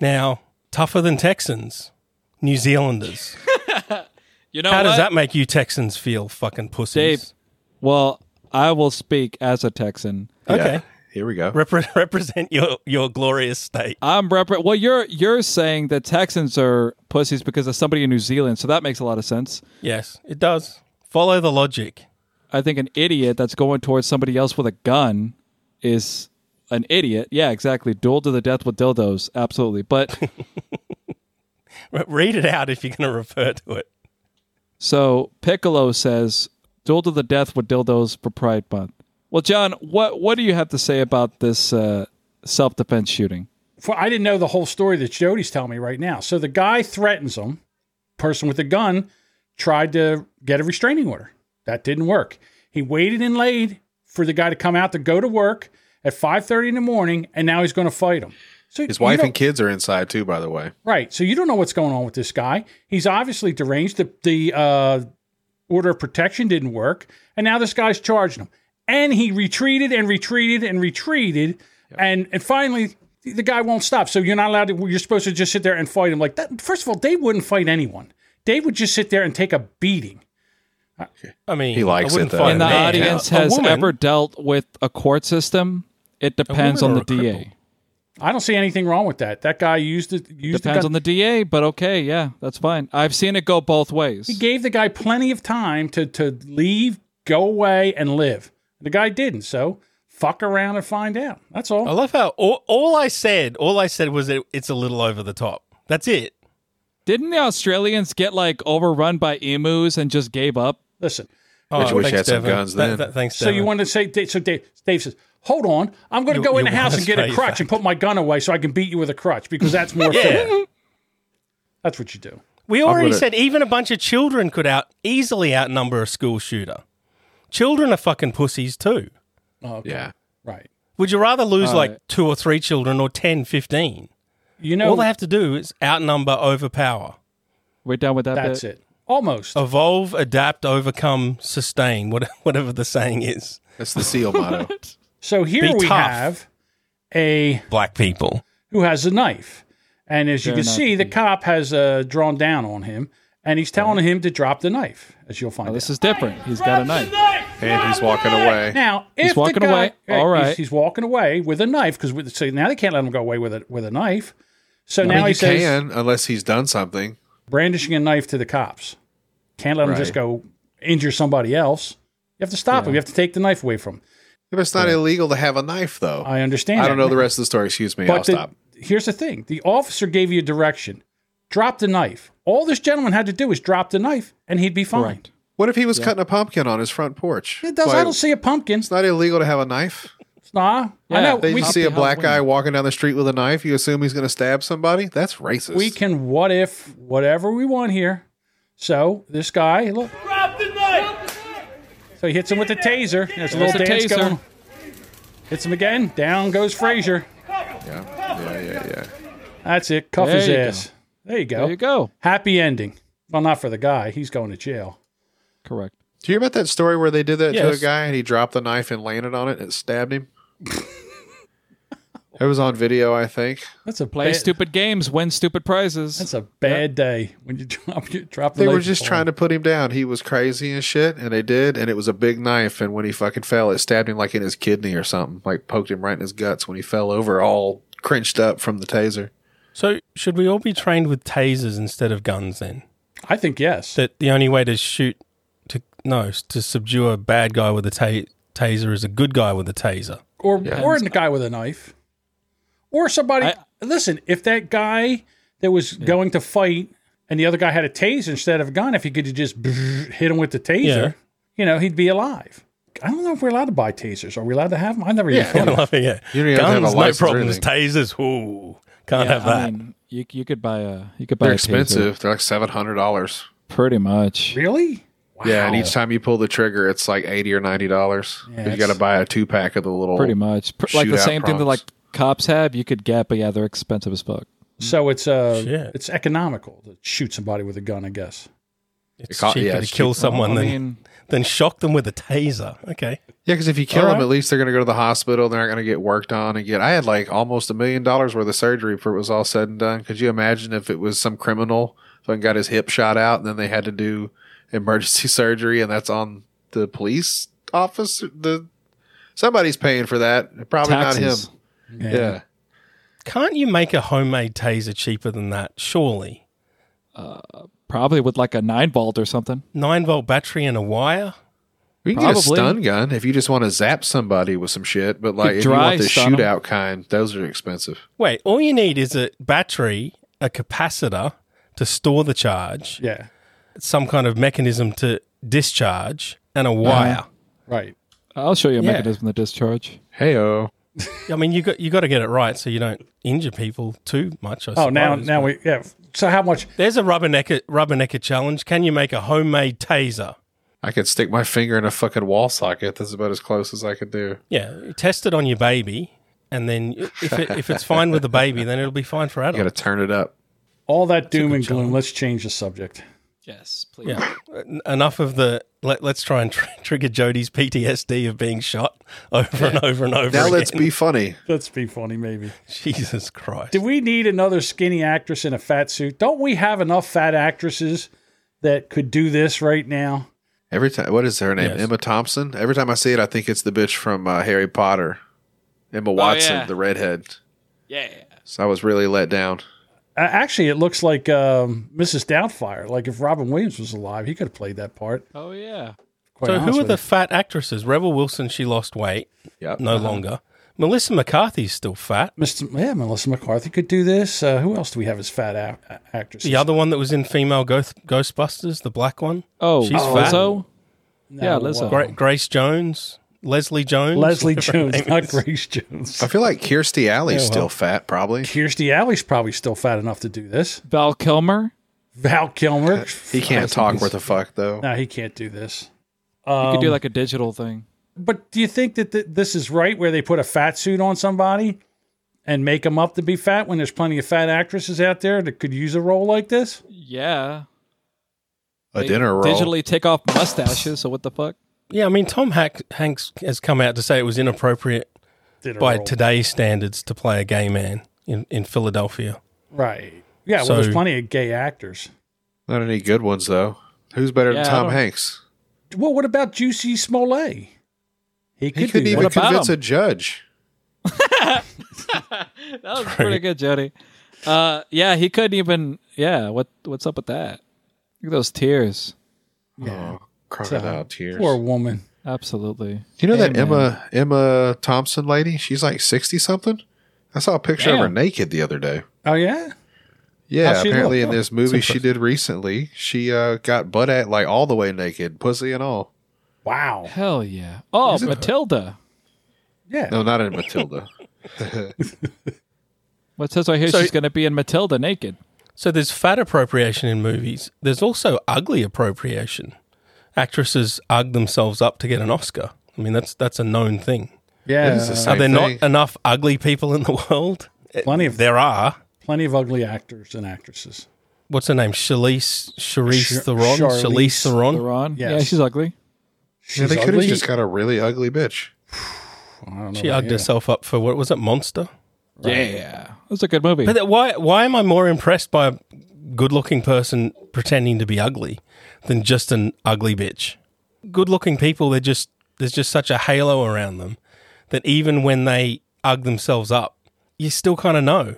Now, tougher than Texans, New Zealanders.
you know
How
what?
does that make you Texans feel fucking pussies?
Dave. well i will speak as a texan
Okay.
Here we go.
Repre- represent your, your glorious state.
I'm repre- well you're you're saying that Texans are pussies because of somebody in New Zealand, so that makes a lot of sense.
Yes, it does. Follow the logic.
I think an idiot that's going towards somebody else with a gun is an idiot. Yeah, exactly. Duel to the death with dildos. Absolutely. But
Re- Read it out if you're going to refer to it.
So Piccolo says, "Duel to the death with dildos for Pride Month." Well, John, what what do you have to say about this uh, self defense shooting?
for I didn't know the whole story that Jody's telling me right now. So the guy threatens him. Person with the gun tried to get a restraining order. That didn't work. He waited and laid for the guy to come out to go to work at 5:30 in the morning, and now he's going to fight him. So
His
you
wife
don't-
and kids are inside too, by the way.
Right. So you don't know what's going on with this guy. He's obviously deranged. The, the uh, order of protection didn't work. And now this guy's charging him. And he retreated and retreated and retreated. And, and finally, the the guy won't stop. So you're not allowed to, you're supposed to just sit there and fight him. Like that. First of all, Dave wouldn't fight anyone, Dave would just sit there and take a beating.
I mean,
He
I
likes
wouldn't
it, though.
fight
And
And
a
the
man.
audience
A
has
woman-
ever dealt with a court system. It depends on
woman
the
or a
DA.
cripple?
I don't see anything wrong with that. That guy used it. Used
Depends
the
on the DA, but okay, yeah, that's fine. I've seen it go both ways.
He gave the guy plenty of time to to leave, go away, and live. The guy didn't, so fuck around and find out. That's all.
I love how all, all I said, all I said was that it's a little over the top. That's it.
Didn't the Australians get like overrun by emus and just gave up?
Listen.
Oh,
you wish you
thanks,
had some
Devin.
guns
Th-
then.
th- thanks,
So you
Devin.
want to say? So Dave, Dave says, "Hold on, I'm going to
You-
go in
you
the house
wanna
and get a
spray
crutch
back.
and put my gun away so I can beat you with a crutch because that's more fair." That's what you do.
We already
gonna-
said even a bunch of children could out easily outnumber a school shooter. Children are fucking pussies too.
Yeah.
Right.
Would you rather lose like two or three children or 10, 15?
You know
All they have to do is outnumber, overpower,
We're done with that.
that's
bit.
it. Almost.
Oh, evolve, adapt, overcome, sustain, what- whatever the saying is.
That's the seal motto.
So here
Be
we
tough.
have a
Black people.
who has a knife. And as you
They're
can
not
see, the cop has uh, drawn down on him, and he's telling him to drop the knife, as you'll
Oh,
find
This
out.
is different. He's got a knife.
and he's walking away.
now, if the
walking
guy-
away.
Right,
All right.
he's, he's walking away with a knife because so now they can't let him go away with a with a knife. So
I
now
mean,
he
you
says
can unless he's done something.
brandishing a knife to the cops. Can't let him just
Right.
go injure somebody else. You have to stop him. You have to take the knife away from him.
If it's not illegal to have a knife, though.
I understand.
I don't
that.
know the rest of the story. Excuse me. I'll
the-
stop.
here's the thing: the officer gave you a direction. Drop the knife. All this gentleman had to do was drop the knife, and he'd be fine.
Correct.
What if he was cutting a pumpkin on his front porch?
It does.
Why-
I don't see a pumpkin.
It's not illegal to have a knife.
Nah, I
Yeah,
know.
They
We,
just see a
Happy
black guy
Halloween.
walking down the street with a knife. You assume he's going to stab somebody? That's racist.
we can what if whatever we want here. So this guy, look. Drop the knife. So he hits him with the taser. There's a
There's
little
the
dance
taser.
going. Hits him again. Down goes Frazier.
Yeah, yeah, yeah, yeah.
That's it. Cuff
There
his
you
ass. There you go.
There you go.
Happy ending. Well, not for the guy. He's going to jail.
Correct.
Do you hear about that story where they did that to a
Yes.
guy and he dropped the knife and landed on it and it stabbed him? it was on video, I think.
That's a
Play
bad,
stupid games, win stupid prizes.
That's a bad day when you drop you drop. The
They were
knife
just
ball.
trying to put him down. He was crazy and shit, and they did, and it was a big knife. And when he fucking fell, it stabbed him like in his kidney or something, like poked him right in his guts when he fell over, all crinched up from the taser.
So should we all be trained with tasers instead of guns then?
I think yes.
That the only way to shoot, to no, to subdue a bad guy with a ta- taser is a good guy with a taser.
or or the guy with a knife, or somebody.
I-
listen, if that guy that was going to fight and the other guy had a taser instead of a gun, if he could have just hit him with the taser,
Yeah.
you know, he'd be alive. I don't know if we're allowed to buy tasers. Are we allowed to have them? I never even thought
I
of
love it, yeah.
You don't even have to have a
Guns, no
license or
problems. Tasers, ooh, can't have that.
I mean, you you could buy a you could buy
They're
a taser.
expensive. They're like seven hundred dollars.
pretty much.
Really?
Yeah, and each time you pull the trigger, it's like eighty or ninety dollars. you got to
it's-
buy a two pack of the little.
Pretty much, Pr- like the
Shootout
same thing that like
prongs.
cops have. You could get, but yeah, they're expensive as fuck.
So it's uh,
Shit.
it's economical to shoot somebody with a gun, I guess.
It's
can't-
cheaper
yeah,
to
it's
kill
cheaper.
someone
I
than
mean,
than shock them with a taser. Okay,
Yeah, because if you kill
All
them,
right.
at least they're going to go to the hospital. They're not going to get worked on and get. I had like almost a million dollars worth of surgery before it was all said and done. Could you imagine if it was some criminal fucking got his hip shot out and then they had to do emergency surgery and that's on the police office? The somebody's paying for that. Probably
Taxes.
not him. Yeah.
can't you make a homemade taser cheaper than that? Surely,
probably with like a nine volt or something.
nine volt battery and a wire.
You can get a
Probably.
stun gun if you just want to zap somebody with some shit, but like if you
dry
want the
stun 'em.
shootout kind, those are expensive.
Wait, all you need is a battery, a capacitor to store the charge,
Yeah.
some kind of mechanism to discharge, and
Mm.
a wire.
Right.
I'll show you a
Yeah.
mechanism to discharge.
Hey oh.
I mean, you got you got to get it right so you don't injure people too much. I
Oh, now
suppose.
now we yeah. So how much?
there's a rubbernecker rubbernecker challenge. Can you make a homemade taser?
I could stick my finger in a fucking wall socket. That's about as close as I could do.
Yeah, test it on your baby, and then if it, if it's fine with the baby, then it'll be fine for
You got to
adults.
turn it up.
All that doom and gloom. Let's change the subject.
Yes, please.
Yeah. En- Enough of the. Let, let's try and tr- trigger Jody's PTSD of being shot over and over and over.
Now
again.
let's be funny.
Let's be funny, maybe.
Jesus Christ.
Do we need another skinny actress in a fat suit? Don't we have enough fat actresses that could do this right now?
Every time, what is her name?
Yes.
Emma Thompson. Every time I see it, I think it's the bitch from uh, Harry Potter, Emma Watson,
yeah.
the redhead.
Yeah.
So I was really let down.
Uh, actually, it looks like um, Mrs. Doubtfire. Like if Robin Williams was alive, he could have played that part.
Oh yeah.
Quite
so
honest
who are
with
the fat actresses? Rebel Wilson, she lost weight,
Yep.
no longer. Melissa McCarthy's still fat.
you. Mr. Yeah, Melissa McCarthy could do this. Uh, who else do we have as fat a- a- actresses?
The other one that was in Female Ghost, Ghostbusters, the black one.
Oh,
She's fat.
Lizzo.
No, uh,
yeah, Lizzo.
Gra- Grace Jones, Leslie Jones.
Leslie
whatever her
Jones,
name
not
is.
Grace Jones.
I feel like Kirstie Alley's
Yeah, well.
still fat, probably.
Kirstie Alley's probably still fat enough to do this.
Val Kilmer.
Val Kilmer.
He can't talk worth a fuck though.
No, he can't do this.
you could do like a digital thing.
But do you think that th- this is right where they put a fat suit on somebody and make them up to be fat when there's plenty of fat actresses out there that could use a role like this?
Yeah.
a dinner roll.
Digitally take off mustaches. So what the fuck?
Yeah, I mean, Tom Hack- Hanks has come out to say it was inappropriate
Did a
by
role.
today's standards to play a gay man in, in Philadelphia.
Right. Yeah,
So-
well, there's plenty of gay actors.
Not any good ones though. Who's better
Yeah,
than
I
Tom
don't-
Hanks?
Well, what about Juicy Smollett? He could
He couldn't
do
even
that.
about
convince
him?
a judge.
That was pretty good, Jody. Uh, yeah, he couldn't even. Yeah, what what's up with that? Look at those tears.
Oh, crocodile tears.
Poor woman.
Absolutely.
You know that Emma Emma Thompson lady? She's like sixty something. I saw a picture of her
Damn.
naked the other day.
Oh yeah.
Yeah,
How's she
apparently
look?
in this movie she did recently, she uh, got butt at like all the way naked, pussy and all.
Wow.
Hell yeah. Oh, Matilda.
Yeah.
No, not in Matilda.
What says right here?
So-
she's gonna be in Matilda naked.
So there's fat appropriation in movies. There's also ugly appropriation. Actresses ug themselves up to get an Oscar. I mean, that's that's a known thing.
yeah.
It is the same
are there
thing.
not enough ugly people in the world? Eh,
Plenty of
There are.
plenty of ugly actors and actresses.
What's her name? Charlize Charlize
Sh-
Theron.
Charlize
Charlize Theron.
Theron. Yeah,
Yes.
she's ugly.
Yeah,
She's
they could have
ugly.
just got a really ugly bitch.
I don't know
She
about
ugged
you.
herself up for what was it? Monster.
Yeah, it was a good movie.
But that, why why am I more impressed by a good-looking person pretending to be ugly than just an ugly bitch? Good-looking people, they're just there's just such a halo around them that even when they ug themselves up, you still kind of know.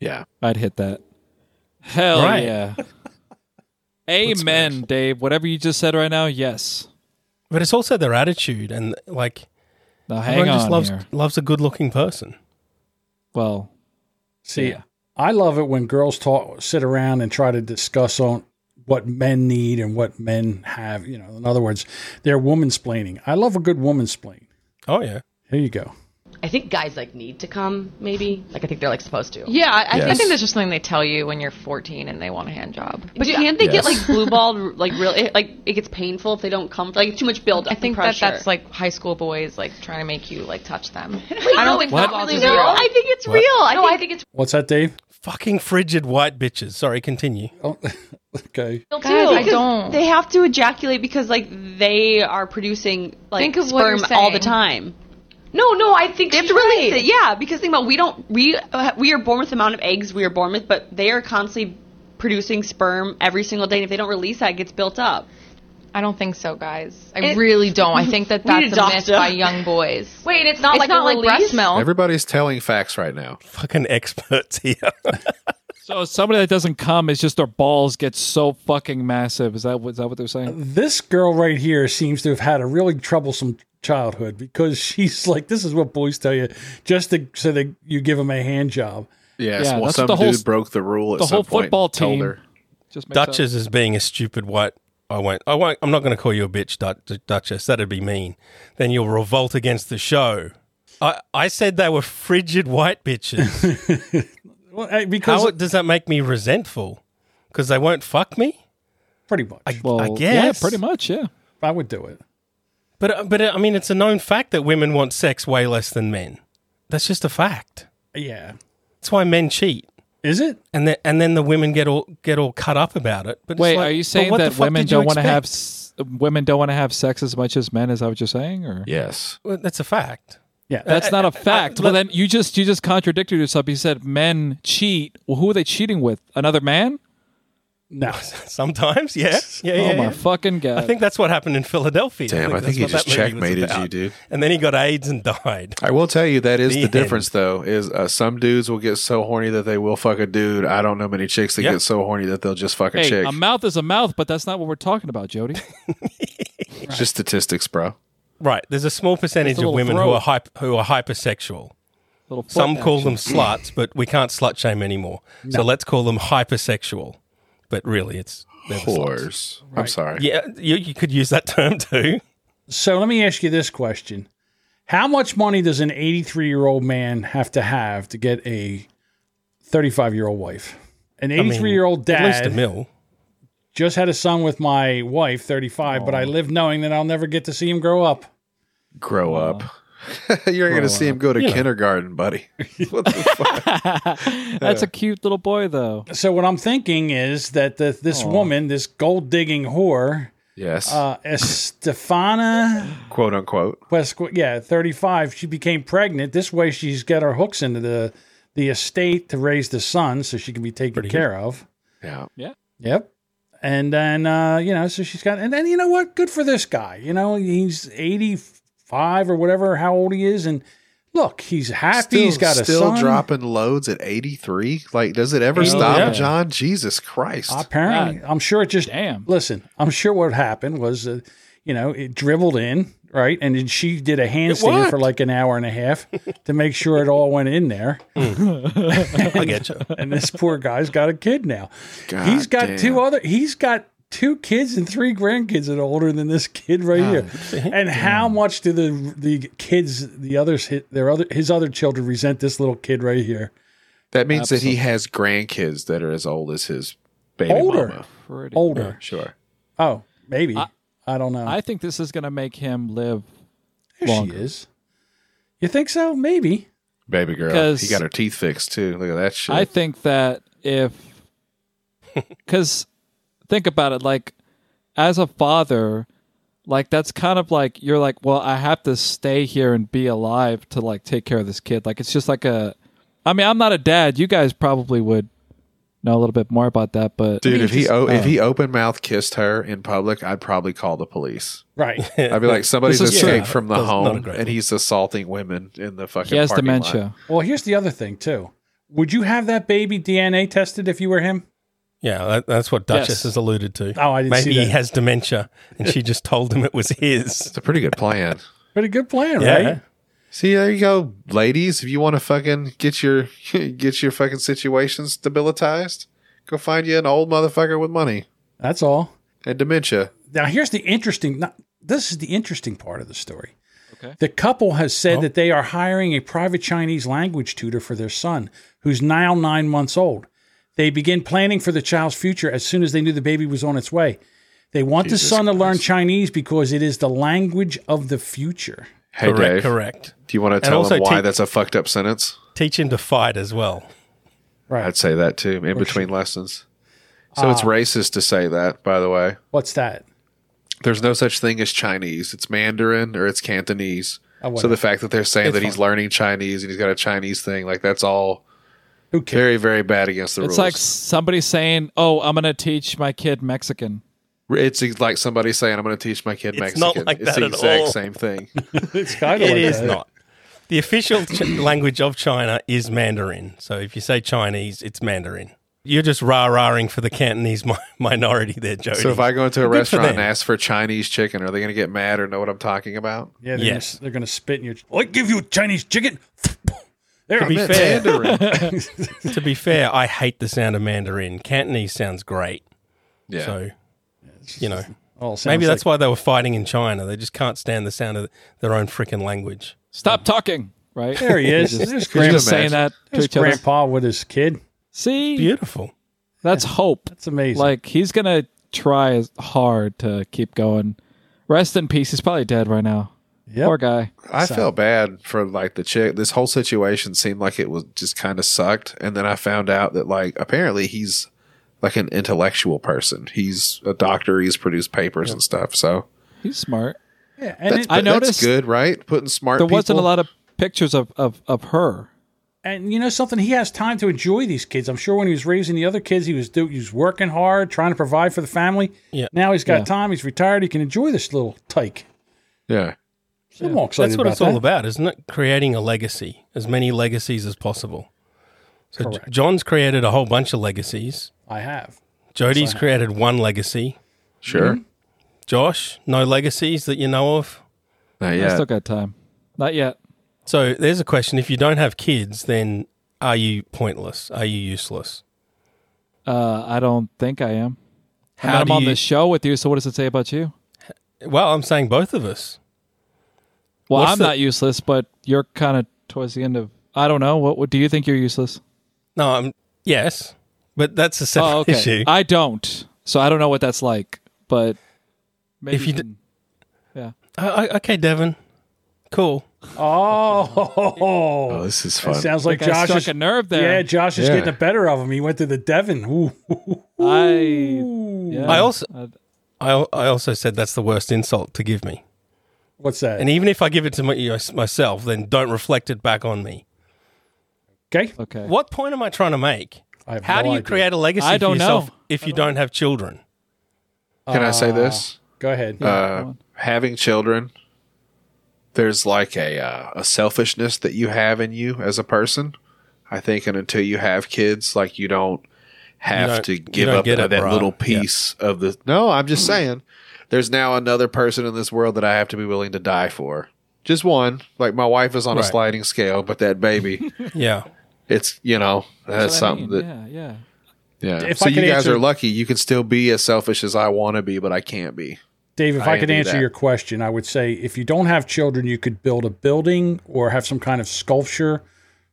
Yeah.
I'd hit that. Hell
Right.
yeah. Amen, Dave. Whatever you just said right now, yes.
But it's also their attitude and like
Now hang
everyone
on
just loves
here.
loves a good-looking person.
Well,
See,
Yeah.
I love it when girls talk, sit around and try to discuss on what men need and what men have. You know, in other words, they're womansplaining. I love a good womansplain.
Oh yeah.
Here you go.
I think guys like need to come, maybe. Like I think they're like supposed to.
Yeah, I, I
Yes.
think that's just something they tell you when you're 14 and they want a hand job.
But can't they get like blue balled? Like really? Like it gets painful if they don't come. Like too much build up.
I think that that's like high school boys like trying to make you like touch them. I don't think
What?
football's
No,
is real.
I think it's real. I no, think, I think it's
What's that, Dave?
Fucking frigid white bitches. Sorry, continue.
Oh, okay.
real
Guys,
too.
I
Because
don't.
They have to ejaculate because like they are producing like
Think of what
sperm
you're
all the
saying.
time. No, no, I think they have to
she's
release
right.
it. Yeah, because think about we don't we uh, we are born with the amount of eggs we are born with, but they are constantly producing sperm every single day. And if they don't release that, it gets built up.
I don't think so, guys. I
It-
really don't. I think that
We need
that's
a
a myth
doctor.
by young boys.
Wait, it's not
it's
like
not
a
like
release?
breast milk.
Everybody's telling facts right now.
Fucking experts here.
So somebody that doesn't come is just their balls get so fucking massive. Is that what- is that what they're saying?
This girl right here seems to have had a really troublesome childhood because she's like, this is what boys tell you just to, so that you give them a hand job.
Yes,
Yeah,
well,
that's
some
the whole-
dude broke the rule at
the
some
whole
point.
football
Told
team.
her.
Just makes
Duchess is being a stupid white. I won't. I won't. I'm not going to call you a bitch, Duch- Duchess. That'd be mean. Then you'll revolt against the show. I, I said they were frigid white bitches.
Well, eh, because
How does that make me resentful? Because they won't fuck me.
pretty much, I,
I,
Well,
I
yeah,
guess.
pretty much, yeah.
would do it.
But but I mean, it's a known fact that women want sex way less than men. That's just a fact.
Yeah.
That's why men cheat,
Is it?
and then and then the women get all get all cut up about it. But it's
Wait,
like,
are you
but
saying
what the
that
fuck
women
did you
don't want to
expect?
have s- women don't want to have sex as much as men? Is that what you're saying? Or
Yes.
Well, that's a fact.
Yeah.
Uh,
that's not a fact. well, then you just you just contradicted yourself. You said men cheat. Well, who are they cheating with? Another man?
no.
Sometimes, yeah, yeah, yeah.
oh my
yeah.
fucking god!
I think that's what happened in Philadelphia.
Damn, I think
that's
he
what
just
that movie was
checkmated
about.
you, dude.
And then he got AIDS and died.
I will tell you that is
The
the,
end.
difference, though. Is uh, some dudes will get so horny that they will fuck a dude. I don't know many chicks that
Yep.
get so horny that they'll just fuck a
hey,
chick.
a mouth is a mouth, but that's not what we're talking about, Jody.
It's Just statistics, bro.
Right. There's a small percentage
It's a
of
little
women who
throat.
are hype, who are hypersexual.
Little foot
Some call
action.
them sluts, but we can't slut shame anymore. So let's call them hypersexual. But really, it's they're the sluts.
Whores. I'm sorry.
Yeah, you, you could use that term too.
So let me ask you this question. How much money does an 83 year old man have to have to get a 35 year old wife? An
I mean,
83 year old
At least a
dad
mil.
just had a son with my wife, 35,
Oh.
but I live knowing that I'll never get to see him grow up.
Grow up. you ain't gonna see him go to kindergarten, buddy. What the fuck?
that's a cute little boy, though.
So what I'm thinking is that the, this
Oh.
woman, this gold digging whore,
Yes,
uh, Estefana
quote unquote.
West, yeah, 35. She became pregnant. This way, she's got her hooks into the the estate to raise the son, so she can be taken care of.
Yeah.
Yep. And then uh, you know, so she's got, and then you know what? Good for this guy. You know, he's 85 or whatever, how old he is, and look, he's happy. he's got a
still
son.
dropping loads at 83. Like, does it ever stop,
yeah.
John? Jesus Christ!
Apparently, I'm sure it just.
Damn.
Listen, I'm sure what happened was, uh, you know, it dribbled in right, and then she did a handstand
what?
for like an hour and a half to make sure it all went in there.
I get you.
And this poor guy's got a kid now.
God
he's got
damn.
two other. He's got two kids and three grandkids that are older than this kid right here. And how much do the the kids, the others, hit their other his other children resent this little kid right here?
That means that he has grandkids that are as old as his baby
Older.
mama.
Pretty.
Older.
Sure.
Oh, maybe. I, don't know.
I think this is gonna make him live.
There she
longer.
is. You think so? Maybe.
Baby girl.
'Cause-
He got her teeth fixed too. Look at that shit.
I think that if, because think about it, like as a father, like that's kind of like you're like, well, I have to stay here and be alive to like take care of this kid. Like it's just like a, I mean, I'm not a dad. You guys probably would know a little bit more about that, but
Dude, if he o if he
um,
open mouth kissed her in public, I'd probably call the police.
Right.
I'd be like, somebody's
This is true.
escaped from the
That's not a
home
great
and he's assaulting women in the fucking.
he has
parking lot."
dementia.
well, here's the other thing too. Would you have that baby DNA tested if you were him?
Yeah, that, that's what Duchess
Yes.
has alluded to.
Oh, I didn't
Maybe
see
he
that.
has dementia, and she just told him it was his.
It's a pretty good plan.
Pretty good plan,
Yeah.
right?
See, there you go, ladies. If you want to fucking get your get your fucking situation stabilized, go find you an old motherfucker with money
That's all.
and dementia.
Now here's the interesting. Not, this is the interesting part of the story.
Okay.
The couple has said that they are hiring a private Chinese language tutor for their son, who's now nine months old. They begin planning for the child's future as soon as they knew the baby was on its way. They want the son to learn Chinese because it is the language of the future.
Hey,
correct,
Dave,
correct.
do you want to tell
also
them why
take-
that's a fucked up sentence?
Teach him to fight as well.
Right.
I'd say that too in between lessons. So
Ah.
it's racist to say that, by the way.
What's that?
There's no such thing as Chinese. It's Mandarin or it's Cantonese. so
whatever.
the fact that they're saying that he's learning Chinese and he's got a Chinese thing, like that's all
Who cares?
very, very bad against the
It's like
rules.
somebody saying, "Oh, I'm gonna teach my kid Mexican."
it's ex- like somebody saying, "I'm going to teach my kid
It's
Mexican."
not like
it's
that
the
at
exact
all.
same thing.
It's kind of
It
like
is
that.
not. The official ch- language of China is Mandarin. So if you say Chinese, it's Mandarin. You're just rah rahing for the Cantonese mi- minority there, Jody.
So if I go into a
Good for
restaurant and
them.
ask for Chinese chicken, are they going to get mad or know what I'm talking about?
Yeah, they're
Yes.
gonna, they're gonna spit in your. I give you Chinese chicken. There,
to
I
be
meant
fair,
Mandarin.
to be fair, I hate the sound of Mandarin. Cantonese sounds great.
Yeah.
So, you know,
Oh, sounds
maybe that's
like-
why they were fighting in China. They just can't stand the sound of their own freaking language.
Stop talking, right?
There he is.
Just-
There's
we're
Grandpa.
just saying that to
There's
each other.
grandpa with his kid.
See,
Beautiful.
that's hope.
That's amazing.
Like he's gonna try as hard to keep going. Rest in peace. He's probably dead right now.
Yep.
Poor guy.
I felt bad for like the chick. This whole situation seemed like it was just kind of sucked, and then I found out that like apparently he's like an intellectual person. He's a doctor. He's produced papers and stuff. So
He's smart.
yeah, and,
that's,
it-
I
I
noticed-
that's good, right? Putting smart.
There wasn't a
people-
lot of pictures of of of her.
and you know something, he has time to enjoy these kids. I'm sure when he was raising the other kids, he was do, he was working hard, trying to provide for the family.
Yeah.
Now he's got
Yeah.
time. He's retired. He can enjoy this little tyke.
Yeah.
I'm all excited
That's what
about
it's all
that.
about, isn't it? Creating a legacy, as many legacies as possible. So J-
Correct.
John's created a whole bunch of legacies.
I have.
Jody's created one legacy.
Sure.
Mm-hmm.
Josh, no legacies that you know of.
I
Not yet.
still got time. Not yet.
So there's a question: If you don't have kids, then are you pointless? Are you useless?
Uh, I don't think I am. I
How
mean, I'm
do
on
you-
this show with you, so what does it say about you?
Well, I'm saying both of us.
Well,
What's
I'm
the-
not useless, but you're kind of towards the end of. I don't know. What, what do you think you're useless?
No, I'm yes, but that's a separate
Oh, okay.
issue.
I don't, so I don't know what that's like. But maybe
If you d-
can-
I, I, okay, Devin, cool.
Oh,
Oh,
this is
that
fun.
sounds like,
I
Josh.
struck
is,
a nerve
yeah,
there.
Josh is
Yeah.
getting the better of him. He went to the Devon. Ooh.
I. yeah.
I also-
I,
I I also said that's the worst insult to give me.
What's that?
And even if I give it to my, you know, myself, then don't reflect it back on me.
okay.
okay.
What point am I trying to make?
I have
How
no
do you
idea.
create a legacy
I don't
for yourself
know.
if you don't have children?
Can I
"Ah."
say this?
Go ahead.
Uh, having children, there's like a uh, a selfishness that you have in you as a person. I think, and until you have kids, like you don't have
You don't-
to
you
give
don't
up
get it,
that
brah.
little
Yeah. Mm-hmm.
piece of the. No, I'm just saying, there's now another person in this world that I have to be willing to die for. Just one, like my wife is on a
Right.
sliding scale, but that baby,
Yeah.
it's you know that's
what I
something
mean.
that
Yeah, yeah.
yeah.
If
so
I
you
could
guys
answer-
are lucky; you can still be as selfish as I want to be, but I can't be.
Dave, if
I
I, could
do
answer
that.
your question, I would say if you don't have children, you could build a building or have some kind of sculpture,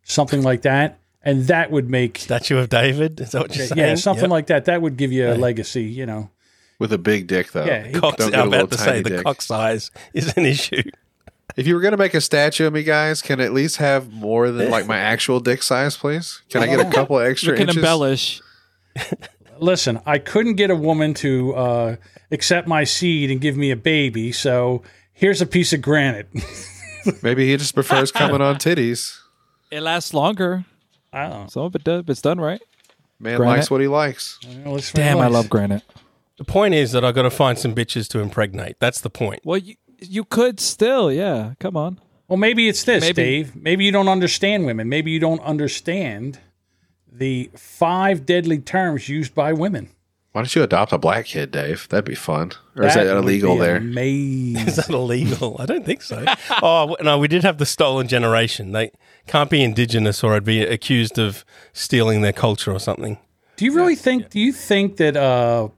something like that, and that would make
Statue of David? Is that what you're saying?
yeah something
Yep.
like that. That would give you a legacy, you know.
With a big dick, though.
Yeah, he-
Cock's,
Don't get a
I'm
little
about to say
tiny
the
dick.
cock size is an issue.
If you were gonna make a statue of me, guys, can I at least have more than like my actual dick size, please? Can I get
Oh.
a couple of
You
extra
can
inches?
embellish.
Listen, I couldn't get a woman to uh, accept my seed and give me a baby, so here's a piece of granite.
Maybe he just prefers coming on titties.
It lasts longer.
I don't
Some of it does. if It's done right.
Man
Granite.
likes what he likes.
know. Let's-
Damn, I
let's-
love granite.
The point is that i got to find some bitches to impregnate. That's the point.
Well, you you could still, yeah. Come on.
Well, maybe it's this,
Maybe-
Dave. Maybe you don't understand women. Maybe you don't understand the five deadly terms used by women.
Why don't you adopt a black kid, Dave? That'd be fun. Or is that
would
illegal
be
there?
Amazing.
Is that illegal? I don't think so. oh, w- no, we did have the stolen generation. They can't be indigenous or I'd be accused of stealing their culture or something.
do you really think? Do you think that uh,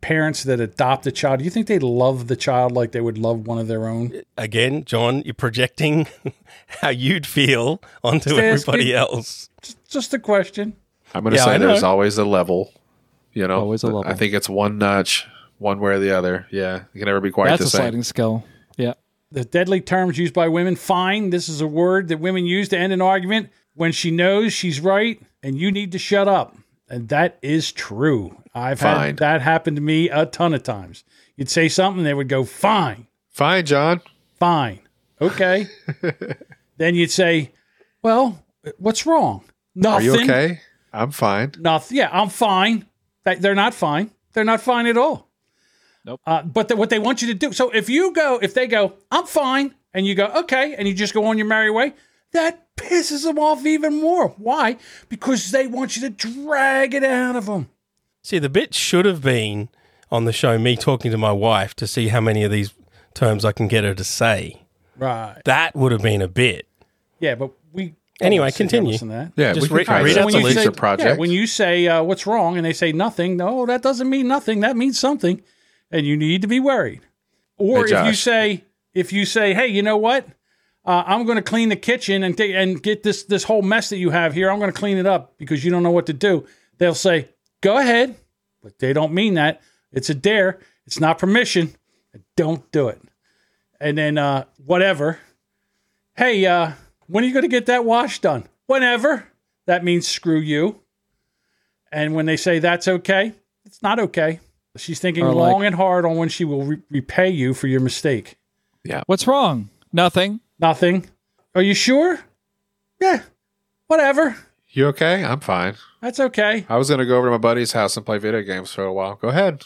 parents that adopt a child, do you think they love the child like they would love one of their own?
Again, John, you're projecting how you'd feel onto
asking.
everybody else.
Just a question.
I'm gonna
Yeah,
say
I know.
there's always a level. You know,
Always a level.
I think it's one notch, one way or the other. Yeah, it can never be quite
That's
the
a
same.
sliding scale. Yeah.
The deadly terms used by women. Fine. This is a word that women use to end an argument when she knows she's right and you need to shut up. And that is true. I've
Fine.
had that happen to me a ton of times. You'd say something, they would go, fine,
Fine, John.
fine, okay. then you'd say, well, what's wrong?
Are
Nothing.
you okay? I'm fine.
Nothing. Yeah, I'm fine. That they're not fine. They're not fine at all.
Nope.
Uh, but the, what they want you to do. So if you go, if they go, I'm fine, and you go, okay, and you just go on your merry way, that pisses them off even more. Why? Because they want you to drag it out of them.
See, the bit should have been on the show me talking to my wife to see how many of these terms I can get her to say.
Right.
That would have been a bit.
Yeah, but we.
Anyway,
sit there and
continue.
listen to that.
Yeah, Just we can read- try read that. out the
you
links
say-
or projects.
Yeah, when you say uh, what's wrong and they say nothing, no, that doesn't mean nothing. That means something, and you need to be worried. Or
Hey,
if you
Josh.
say, if you say, hey, you know what? Uh, I'm going to clean the kitchen and take and get this this whole mess that you have here. I'm going to clean it up because you don't know what to do. They'll say, go ahead, but they don't mean that. It's a dare. It's not permission. Don't do it. And then uh, whatever. Hey, uh, when are you going to get that wash done? Whenever. That means screw you. And when they say that's okay, it's not okay. She's thinking
Or like-
long and hard on when she will re- repay you for your mistake.
What's wrong? Nothing.
Nothing. Are you sure? Yeah. Whatever.
You okay? I'm fine.
That's okay.
I was going to go over to my buddy's house and play video games for a while. Go ahead.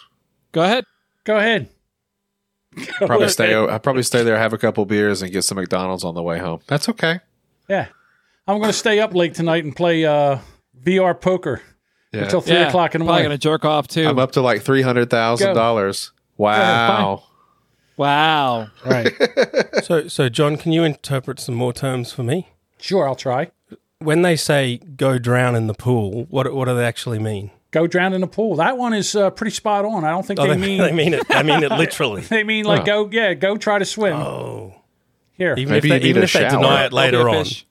Go ahead.
Go ahead.
Probably stay. o- I'll probably stay there, have a couple beers, and get some McDonald's on the way home. That's okay.
Yeah. I'm going to stay up late tonight and play uh, VR poker
Yeah.
until 3
Yeah,
o'clock in the
Probably
morning.
gonna jerk off too.
I'm up to like three hundred thousand dollars. Wow.
Wow.
Right.
So, so John, can you interpret some more terms for me?
sure, I'll try.
When they say "go drown in the pool," what what do they actually mean?
Go drown in the pool. That one is uh, pretty spot on. I don't think
Oh,
they,
they,
mean
they mean it. I mean it literally.
They mean like
Huh.
go yeah, go try to swim.
Oh,
Here.
even
Maybe
if
you
they,
need
even
a
if they
shower.
deny it
Don't be a
later on,
fish.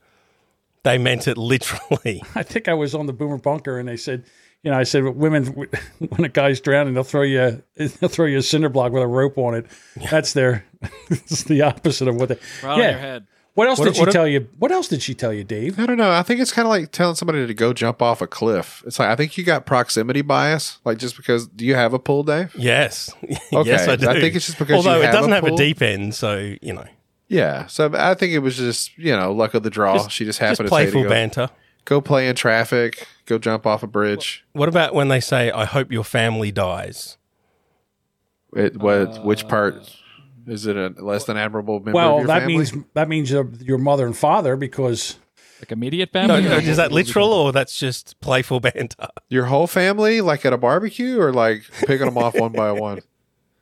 they meant it literally.
I think I was on the Boomer Bunker and they said, you know, I said women when a guy's drowning, they'll throw you a, they'll throw you a cinder block with a rope on it. That's their it's the opposite of what they
Right on Oh, your head.
What else did she
what-
tell you? What else did she tell you, Dave?
I don't know. I think it's kind of like telling somebody to go jump off a cliff. It's like I think you got proximity bias. Like just because do you have a pool, Dave?
Yes,
Okay,
yes, I do.
I think it's just because you
although it
have
doesn't
a
have a
pool.
deep end, so you know,
Yeah. So I think it was just you know luck of the draw. she just happened
just
to say
playful
to go,
banter.
go play in traffic. Go jump off a bridge.
What about when they say, "I hope your family dies"?
It what? which part? Is it a less than admirable member of
Uh, Well,
your
that
family?
means that means your, your mother and father because
Like immediate
No,
family.
no, is that literal or that's just playful banter?
your whole family, like at a barbecue, or like picking them off one by one.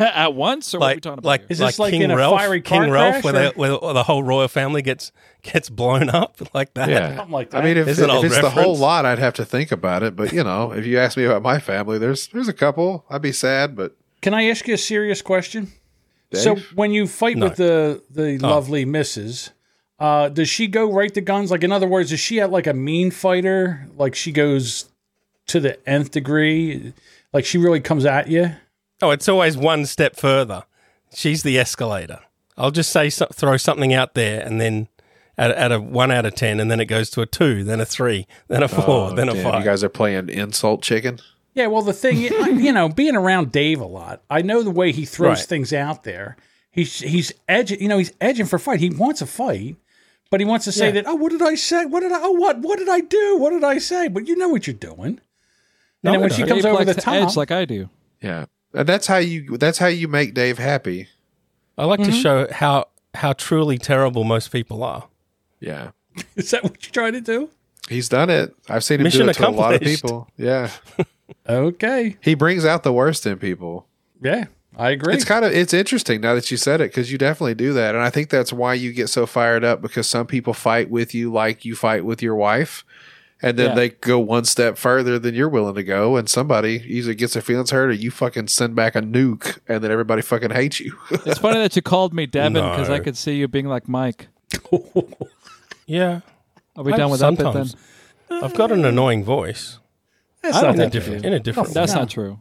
At once, or what are we
Like,
talking about?
like,
here?
Is
like
this like
King
in a
Ralph,
fiery car
King Ralph,
crash,
where,
or-
they, where the- where the whole royal family gets gets blown up like that.
Yeah.
Something like
I mean,
that.
if,
It's an
if
old
it's the whole
reference.
lot, I'd have to think about it. But you know, if you ask me about my family, there's there's a couple. I'd be sad, but
Can I ask you a serious question? So when you fight with the the lovely missus, uh, does she go right to guns? Like in other words, is she at like a mean fighter? Like she goes to the nth degree? Like she really comes at you?
Oh, it's always one step further. She's the escalator. I'll just say so, throw something out there, and then at, at a one out of ten, and then it goes to a two, then a three, then a four, then a
damn,
five.
you guys are playing insult chicken.
Yeah. Well, the thing, you know, being around Dave a lot, I know the way he throws
Right.
things out there. He's he's edging, you know, he's edging for fight. He wants a fight. But he wants to say
Yeah.
that, oh, what did I say? What did I, oh, what, what did I do? What did I say? But you know what you're doing.
No,
And then when
I
she
don't.
comes
Dave
over
likes to
the top,
edge like I do.
Yeah, and that's how you that's how you make Dave happy.
I like to show how how truly terrible most people are.
Yeah,
Is that what you're trying to do?
he's done it. I've seen him
Mission
do it to a lot of
accomplished.
people. Yeah,
Okay.
he brings out the worst in people.
Yeah, I agree.
It's kind of it's interesting now that you said it because you definitely do that, and I think that's why you get so fired up because some people fight with you like you fight with your wife, and then
Yeah.
they go one step further than you're willing to go, and somebody either gets their feelings hurt or you fucking send back a nuke, and then everybody fucking hates you.
It's funny that you called me Devin because
No.
I could see you being like Mike.
Yeah,
Are we done with that bit
sometimes
then?
I've got an annoying voice
That's
I
not
in
don't
a
that
think
different
bad.
in a different. way.
That's not true.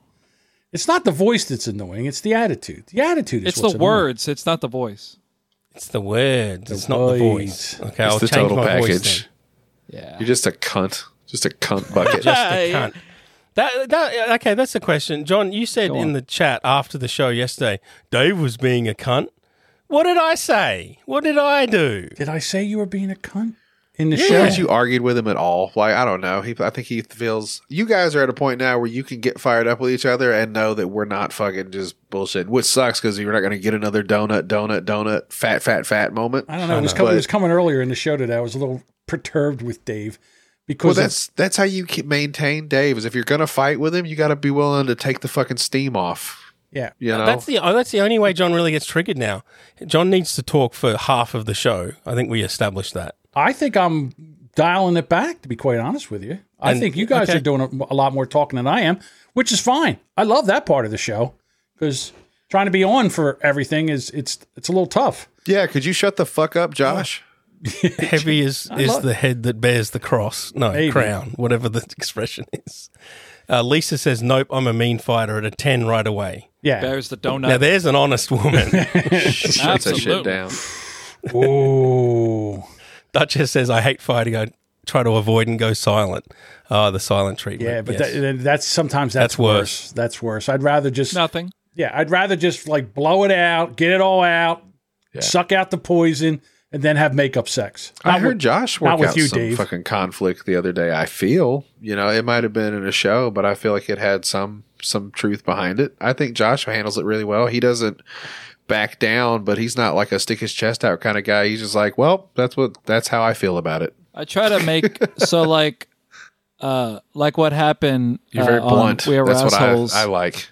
It's not the voice that's annoying. It's the attitude. The attitude is
It's
what's
the
annoying.
words. It's not the voice.
It's the words. It's not the
words.
voice. Okay,
It's
I'll
the
change
total
my voice.
package.
Then.
Yeah.
You're just a cunt, just a cunt bucket.
I can't. That, that okay. That's the question, John. You said in the chat after the show yesterday, Dave was being a cunt. What did I say? What did I do?
Did I say you were being a cunt? in the
yeah.
show.
Haven't you argued with him at all? Like, I don't know. He, I think he feels you guys are at a point now where you can get fired up with each other and know that we're not fucking just bullshit, which sucks because you're not going to get another donut, donut, donut, fat, fat, fat moment.
I don't know. It was, coming, it was coming earlier in the show today. I was a little perturbed with Dave
Well,
because
that's that's how you keep- maintain Dave. Is if you're going to fight with him, you got to be willing to take the fucking steam off.
Yeah.
you know.
That's the oh, that's the only way John really gets triggered now. John needs to talk for half of the show. I think we established that.
I think I'm dialing it back. To be quite honest with you, I
And-
think you guys
okay.
are doing a, a lot more talking than I am, which is fine. I love that part of the show because trying to be on for everything is it's it's a little tough.
yeah, could you shut the fuck up, Josh?
Heavy is is
love-
the head that bears the cross, no
Maybe.
crown, whatever the expression is. Uh, Lisa says, "Nope, I'm a mean fighter at a ten right away."
Yeah.
There's the donut.
Now there's an honest woman.
Shut that
Absolutely.
shit down.
Ooh.
Duchess says, "I hate fighting. I try to avoid and go silent." Ah, the silent treatment.
Yeah, but
Yes.
that, uh, that's sometimes that's,
That's worse.
worse. That's worse. I'd rather just
nothing.
yeah. I'd rather just like blow it out, get it all out, suck out the poison, and then have makeup sex.
I
Not
heard
with-
Josh work
not with
out
you,
some
Dave.
fucking conflict the other day. I feel, you know, it might have been in a show, but I feel like it had some some truth behind it. I think Josh handles it really well. He doesn't back down, but he's not like a stick his chest out kind of guy. He's just like, well, that's what that's how I feel about it.
I try to make so like, uh, like what happened.
You're
uh,
very
on
blunt.
We are
that's
assholes.
what I, I like.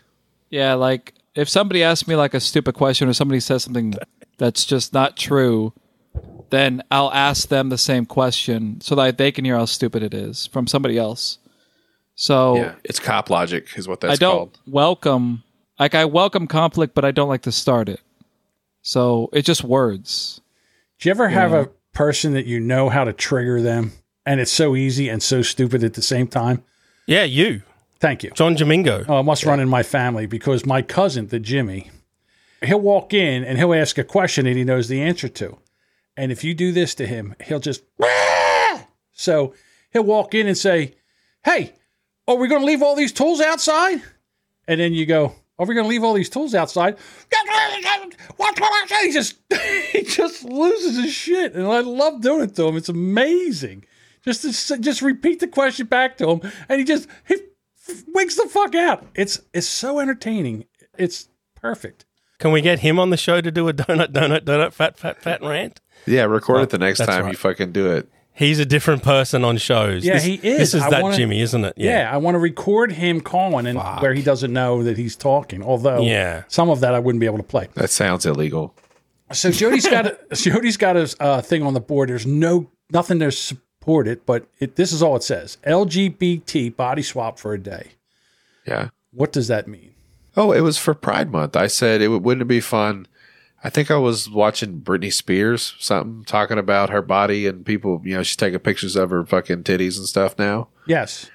Yeah, like if somebody asks me like a stupid question or somebody says something that's just not true, then I'll ask them the same question so that they can hear how stupid it is from somebody else. So
yeah, it's cop logic is what that's
I don't
called.
welcome like I welcome conflict, but I don't like to start it. So it's just words.
Do you ever have a person that you know how to trigger them, and it's so easy and so stupid at the same time?
yeah, you,
Thank you.
John Domingo.
Oh, it must run in my family because my cousin, the Jimmy, he'll walk in and he'll ask a question that he knows the answer to. And if you do this to him, he'll just so he'll walk in and say, Hey, are we gonna leave all these tools outside? And then you go, Are we gonna leave all these tools outside? What's what I say? He just he just loses his shit. And I love doing it to him. It's amazing. Just to, s- just repeat the question back to him, and he just he wigs the fuck out. It's it's so entertaining. It's perfect.
Can we get him on the show to do a donut, donut, donut, fat, fat, fat rant?
Yeah, record it the next
that's
time
right.
you fucking do it.
He's a different person on shows.
Yeah,
This-
he is.
This is
I
that
wanna-
Jimmy, isn't it?
Yeah, I want to record him calling and
Fuck.
where he doesn't know that he's talking. Although
Yeah.
some of that I wouldn't be able to play.
That sounds illegal.
So Jody's got a, Jody's got a uh, thing on the board. There's no nothing to support it, but it, this is all it says: LGBT body swap for a day.
Yeah.
What does that mean?
Oh, it was for Pride Month. I said it would, wouldn't it be fun. I think I was watching Britney Spears something talking about her body and people. You know, she's taking pictures of her fucking titties and stuff now.
Yes.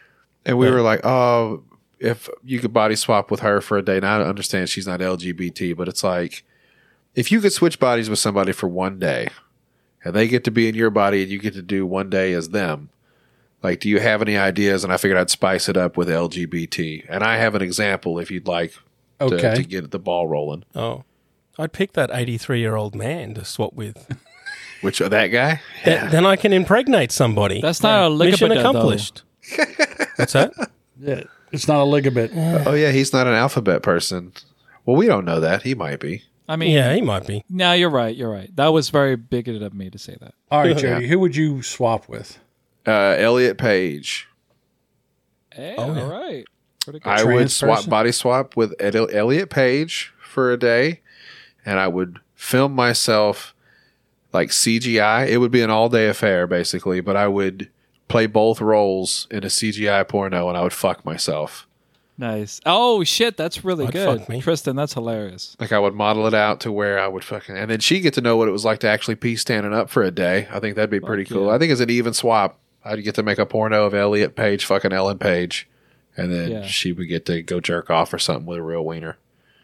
And we were like, oh, if you could body swap with her for a day. And I understand she's not LGBT, but it's like if you could switch bodies with somebody for one day, and they get to be in your body, and you get to do one day as them. Like, do you have any ideas? And I figured I'd spice it up with LGBT. And I have an example if you'd like to,
Okay.
to get the ball rolling.
Oh, I'd pick that 83 year old man to swap with. Th-
Which uh, that guy?
then I can impregnate somebody.
That's not a lick
Mission accomplished. What's that?
Yeah, it's not a ligament.
Oh yeah, he's not an alphabet person. Well, we don't know that. He might be.
I mean
Yeah, he might be.
no, you're right, you're right. That was very bigoted of me to say that.
All right, Jody, who would you swap with?
Uh, Elliot Page.
Hey,
yeah.
all right. Pretty good.
I
trans
would swap
person?
body swap with Ed- Elliot Page for a day, and I would film myself like CGI. It would be an all day affair basically, but I would play both roles in a CGI porno, and I would fuck myself.
Nice. Oh shit, that's really
I'd
good.
fuck me.
Tristan, that's hilarious.
Like I would model it out to where I would fucking, and then she get to know what it was like to actually pee standing up for a day. I think that'd be pretty cool. I think it's an even swap. I'd get to make a porno of Elliot Page fucking Ellen Page, and then
Yeah.
she would get to go jerk off or something with a real wiener.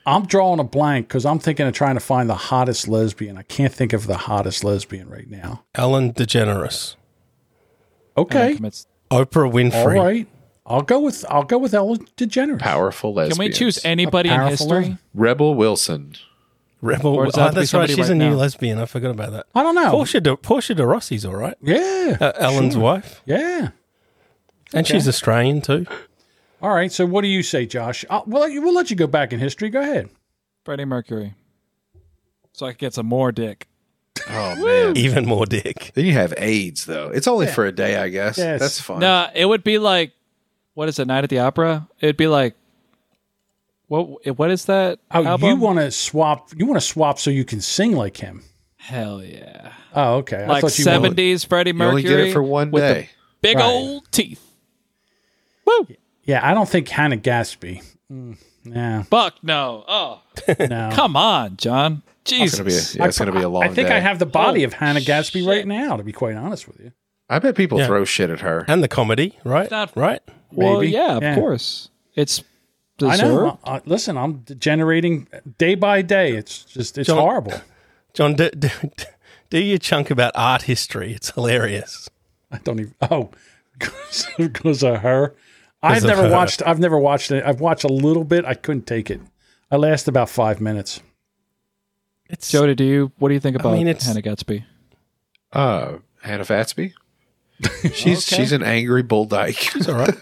I'm drawing a blank because I'm thinking of trying to find the hottest lesbian. I can't think of the hottest lesbian right now.
Ellen DeGeneres.
And then
Okay,
commits-
Oprah
all
Winfrey.
right. I'll go with I'll go with Ellen DeGeneres.
Powerful lesbian.
Can we choose anybody in
powerful
history?
one.
Rebel Wilson.
Rebel.
Or
Oh,
does it have to
that's
be
right.
somebody
She's
right
a new
now?
lesbian. I forgot about that.
I don't know.
Portia de, Portia de Rossi's all right.
Yeah.
Uh, Ellen's
sure.
wife.
Yeah.
And
Okay.
she's Australian too.
All right. So what do you say, Josh? I'll, we'll, let you, we'll let you go back in history. Go ahead.
Freddie Mercury. So I could get some more dick.
Oh man.
Even more dick.
Then you have AIDS though. It's only for a day, I guess.
Yes.
That's fine.
Nah, it would be like, what is it? Night at the Opera. It'd be like, what? What is that?
Oh,
album?
you want to swap? You want to swap so you can sing like him?
Hell yeah!
Oh, okay.
like
I thought you wanted-
seventies Freddie
You only
Mercury.
get it for one
with the
day.
big
Right.
old teeth. Woo!
Yeah, I don't think Hannah Gatsby. Mm, nah,
Fuck no! Oh,
no.
come on, John.
It's gonna be a,
Jesus.
yeah, it's gonna be a long
I think
day.
I have the body
Oh,
of Hannah Gatsby right
shit.
now. To be quite honest with you,
I bet people
Yeah.
throw shit at her.
And the comedy, right?
Not-
right.
Well,
Maybe.
yeah, of
Yeah.
course. It's
I
deserved.
know. I- I- listen, I'm degenerating day by day. It's just it's
John-
horrible.
John, do, do, do your chunk about art history. It's hilarious.
I don't even. Oh, because of her. I've
of
never
her.
watched. I've never watched it. I've watched a little bit. I couldn't take it. I lasted about five minutes.
It's
Jody, do you? What do you think about
mean, it's-
Hannah Gatsby?
Uh, Hannah Fatsby. She's
Okay.
she's an angry bull dyke.
it's all right.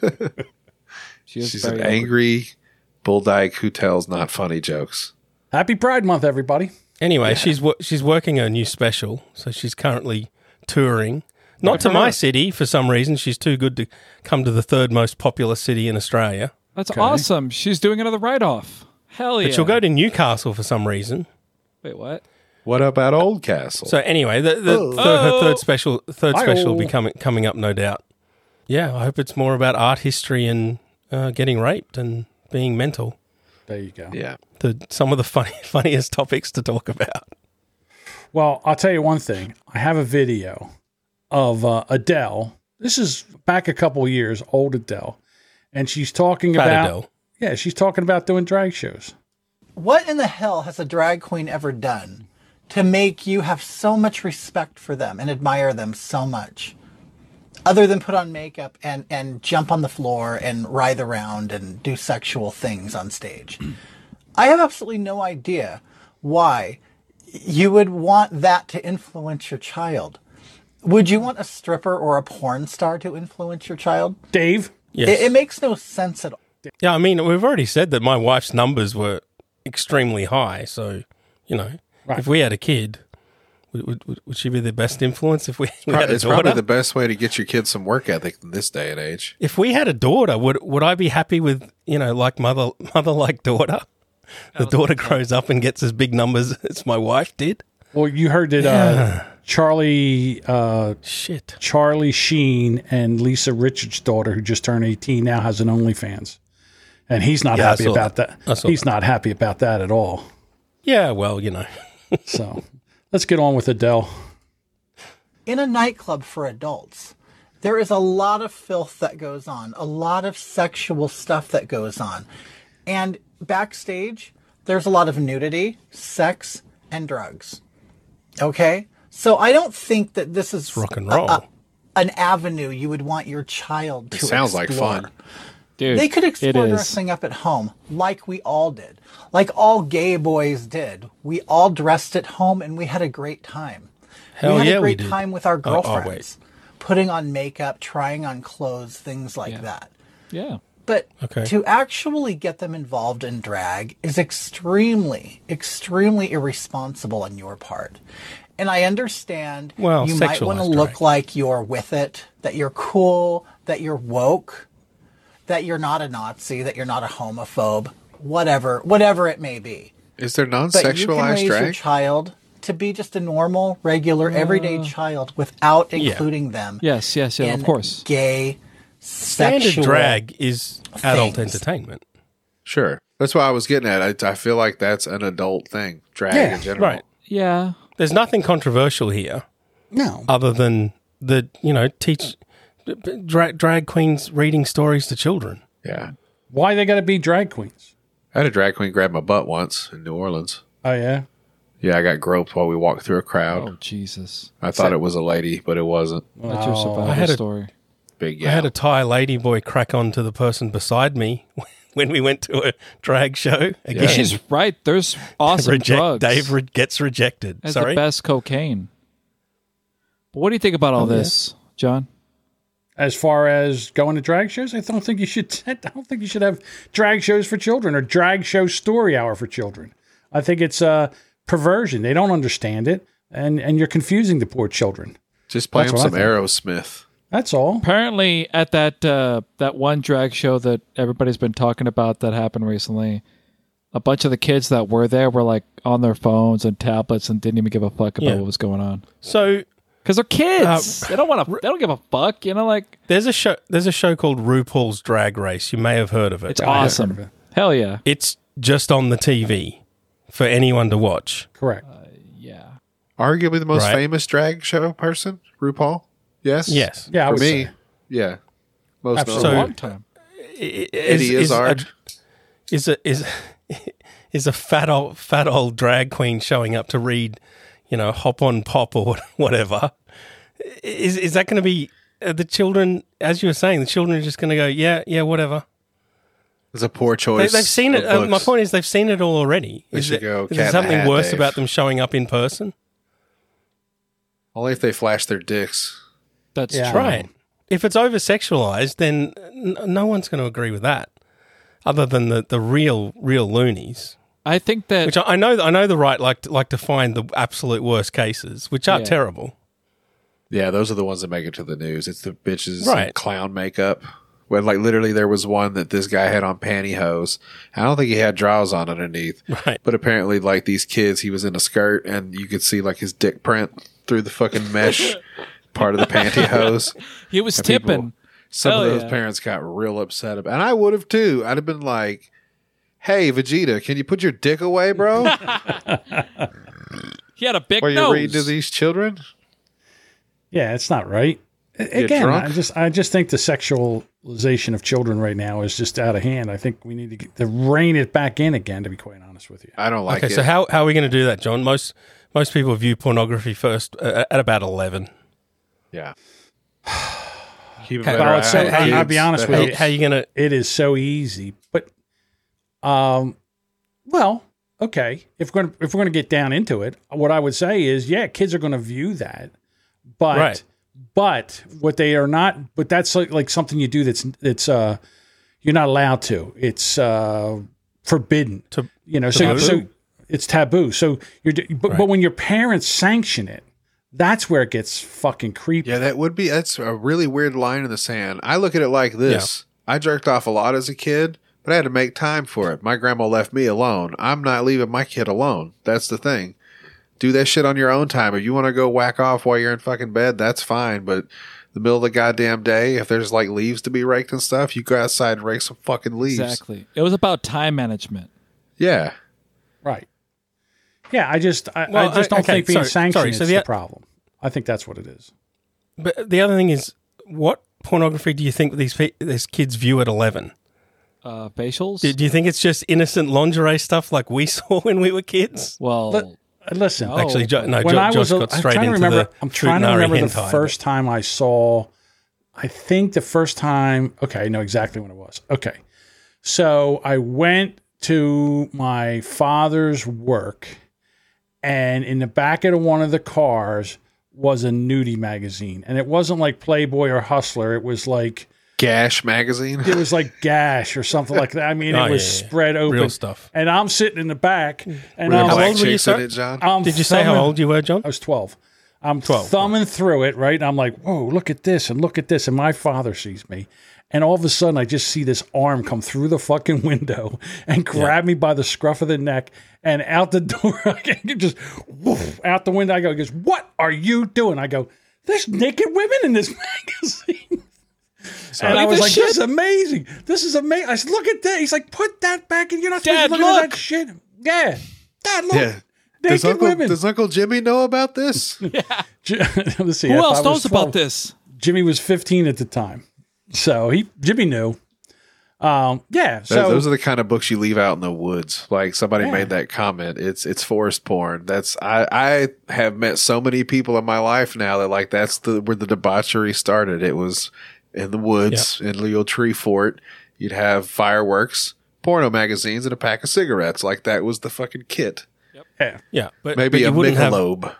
She is
She's
very
an angry bull dyke who tells not funny jokes.
Happy Pride Month, everybody.
Anyway, she's wo- she's working her new special, so she's currently touring. Not to
for
my
her.
city for some reason. She's too good to come to the third most popular city in Australia.
That's awesome. She's doing another write off. Hell yeah.
But she'll go to Newcastle for some reason.
Wait, what?
What about Oldcastle?
So anyway, the, the
Oh.
thir- her
Oh.
third special third
Hi-oh.
special will be coming coming up, no doubt. Yeah, I hope it's more about art history and uh, getting raped and being mental.
There you go.
yeah,
The some of the funny, funniest topics to talk about.
Well, I'll tell you one thing. I have a video of uh, Adele. This is back a couple years old Adele, and she's talking
Fat
about
Adele.
yeah, she's talking about doing drag shows.
What in the hell has a drag queen ever done to make you have so much respect for them and admire them so much? Other than put on makeup and, and jump on the floor and writhe around and do sexual things on stage. I have absolutely no idea why you would want that to influence your child. Would you want a stripper or a porn star to influence your child?
Dave,
Yes.
It, it makes no sense at all.
Yeah, I mean, we've already said that my wife's numbers were extremely high. So, you know, if we had a kid, would, would- would, would she be the best influence if we, we had a
it's probably
daughter?
the best way to get your kids some work ethic in this day and age.
if we had a daughter, would would I be happy with you know like mother mother like daughter? The daughter grows up and gets as big numbers as my wife did.
well, you heard that uh, Charlie uh,
Shit.
Charlie Sheen and Lisa Richards' daughter, who just turned eighteen, now has an OnlyFans, and he's not
Yeah, I
happy
saw
about that.
that. I saw
He's
that.
not happy about that at all.
Yeah, well, you know,
So let's get on with Adele.
in a nightclub for adults, there is a lot of filth that goes on, a lot of sexual stuff that goes on. And backstage, there's a lot of nudity, sex, and drugs. Okay? So I don't think that this is
rock and roll.
an avenue you would want your child to
Sounds like
explore.
fun.
Dude,
They could
it
explore
is.
dressing up at home like we all did, like all gay boys did. We all dressed at home and we had a great time.
Hell
we had
yeah,
a
we
great
did.
time with our
Oh, oh, wait.
girlfriends, putting on makeup, trying on clothes, things like that.
Yeah.
But
Okay.
to actually get them involved in drag is extremely, extremely irresponsible on your part. And I understand
Well,
you might want to
sexualized
look
drag.
like you're with it, that you're cool, that you're woke, that you're not a Nazi, that you're not a homophobe, whatever, whatever it may be.
Is there
But you can raise
non-sexualized
your
drag?
child to be just a normal, regular, everyday child without
Uh, yeah.
including them.
Yes, yes, yeah, of
in
course.
Gay,
standard
sexual
drag is adult
things.
entertainment,
Sure. That's why I was getting at. I, I feel like that's an adult thing. Drag
Yeah.
in general.
right?
Yeah.
There's nothing controversial here.
No,
other than the you know teach drag, drag queens reading stories to children.
Yeah.
why they got to be drag queens?
I had a drag queen grab my butt once in New Orleans.
Oh yeah.
Yeah, I got groped while we walked through a crowd.
Oh Jesus.
I thought it was a lady, but it wasn't.
That's your
Wow.
survival
I had a-
story.
Big
I
yeah.
had a Thai lady boy crack on to the person beside me when we went to a drag show again.
She's right. There's awesome
Reject-
drugs.
Dave re- gets rejected.
That's
Sorry.
the best cocaine. But what do you think about all
Oh, yeah.
this, John?
As far as going to drag shows, I don't think you should. I don't think you should have drag shows for children or drag show story hour for children. I think it's uh, perversion. They don't understand it, and and you're confusing the poor children.
Just play
That's
him
what I
some
think.
Aerosmith.
That's all.
Apparently, at that uh, that one drag show that everybody's been talking about that happened recently, a bunch of the kids that were there were like on their phones and tablets and didn't even give a fuck about
Yeah.
what was going on.
So,
because they're
Uh,
kids, they don't want to. They don't give a fuck. You know, like
there's a show. There's a show called RuPaul's Drag Race. You may have heard of it.
It's awesome. Hell yeah!
It's just on the TV for anyone to watch.
Correct.
Arguably the most
Right.
famous drag show person, RuPaul. Yes.
Yes.
Yeah, I
For
would
me.
say.
Yeah. Most
Absolutely.
notable.
So-
Long time.
Eddie Izzard.
A, is a is is a fat old fat old drag queen showing up to read, you know, hop on pop or what- whatever. Is is that going to be uh, the children? As you were saying, the children are just going to go, yeah, yeah, whatever.
It's a poor
They,
choice.
they've seen
of
it. Uh, my
books.
point is, they've seen it all already.
They
Is,
should
it-
go
is
Cat
there
in the
something
Hat,
worse
Dave.
about them showing up in person?
Only if they flash their dicks.
That's
Yeah.
true.
Right. If it's over sexualized, then n- no one's going to agree with that, other than the, the real real loonies.
I think that
Which I, I know, I know the right like to, like to find the absolute worst cases, which are
Yeah.
terrible.
Yeah, those are the ones that make it to the news. It's the bitches in
Right.
clown makeup. When like literally there was one that this guy had on pantyhose. I don't think he had drawers on underneath.
Right.
But apparently like these kids, he was in a skirt and you could see like his dick print through the fucking mesh part of the pantyhose.
he was
And people-
tipping.
Some
Hell
of those
yeah.
parents got real upset about and I would have too. I'd have been like, Hey Vegeta, can you put your dick away, bro?
He had a big
While
nose.
you're reading to these children?
Yeah, it's not right. A- Again,
drunk?
I just I just think the sexualization of children right now is just out of hand. I think we need to, get, to rein it back in again. To be quite honest with you,
I don't like
okay,
it.
so how how are we going to do that, John? Most most people view pornography first uh, at about eleven.
yeah. Keep a
How-
better
Well,
it's so-
eye
I'll-
on
I'll
kids.
be honest
That
with you.
helps.
How are you going to?
it is so easy. But, um, well, okay. If we're gonna, if we're going to get down into it, what I would say is, yeah, kids are going to view that, but
Right.
but what they are not, but that's like, like something you do that's that's uh you're not allowed to. It's uh forbidden.
To-
you know, so
taboo.
so it's taboo. So you're d- but, but
Right.
when your parents sanction it, that's where it gets fucking creepy.
Yeah, that would be that's a really weird line in the sand. I look at it like this. I jerked off a lot as a kid, but I had to make time for it. My grandma left me alone. I'm not leaving my kid alone. That's the thing. Do that shit on your own time. If you want to go whack off while you're in fucking bed, that's fine, but the middle of the goddamn day, if there's like leaves to be raked and stuff, you go outside and rake some fucking leaves.
Exactly. It was about time management.
Yeah.
Right. Yeah, I just I,
Well,
I just
I-
don't
okay,
think being
sorry,
sanctioned
sorry,
is
so
the,
the-
problem. I think that's what it is.
But the other thing is, what pornography do you think these pe- these kids view at eleven?
Uh, facials.
Do, do you think it's just innocent lingerie stuff like we saw when we were kids?
well,
Let- Uh, Listen,
Oh.
Actually, jo- no.
when
Jo-
I
Josh
was a-
got
I'm
straight
trying to
into
remember,
the
I'm trying to
Frutinari
remember the
hentai, but-
first time I saw. I think the first time. Okay, I know exactly when it was. Okay, so I went to my father's work, and in the back of one of the cars was a nudie magazine, and it wasn't like Playboy or Hustler. It was like
Gash magazine.
it was like Gash or something like that. I mean,
Oh,
it was
yeah, yeah.
spread open.
Real stuff.
And I'm sitting in the back, and
Real
How
black
old
I'm,
were you,
chicks in
sir?
it, John.
I'm
Did you say how
thumbing-
old you were, John?
I was 12. I'm thumbing through it, right? And I'm like, whoa, look at this and look at this. And my father sees me. And all of a sudden, I just see this arm come through the fucking window and grab me by the scruff of the neck and out the door. I can just woof, out the window. I go, he goes, what are you doing? I go, there's naked women in this magazine. And I
Like
was
this
like,
shit?
this is amazing. This is amazing. I said, look at that. He's like, put that back in. You're not
Dad,
supposed to look, at
look.
that shit. Yeah. Dad, look.
Yeah. Does
Naked
Uncle,
women.
does Uncle Jimmy know about this?
J- Let's see,
who
if I
else
was
knows
12
about this?
Jimmy was 15 at the time, so he Jimmy knew. Um, yeah,
Those,
so
those are the kind of books you leave out in the woods. Like somebody
Yeah.
made that comment. It's it's forest porn. That's I I have met so many people in my life now that like that's the where the debauchery started. It was in the woods in Leo Tree Fort. You'd have fireworks. porno magazines and a pack of cigarettes. Like that was the fucking kit.
Yeah.
Yeah, but
Maybe
but
a
you wouldn't have-
Michelob.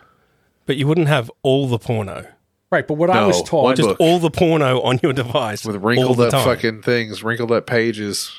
but you wouldn't have all the porno.
Right, but what I was taught,
just all the porno on your device
with wrinkled
all the
up
time.
fucking things, wrinkled up pages.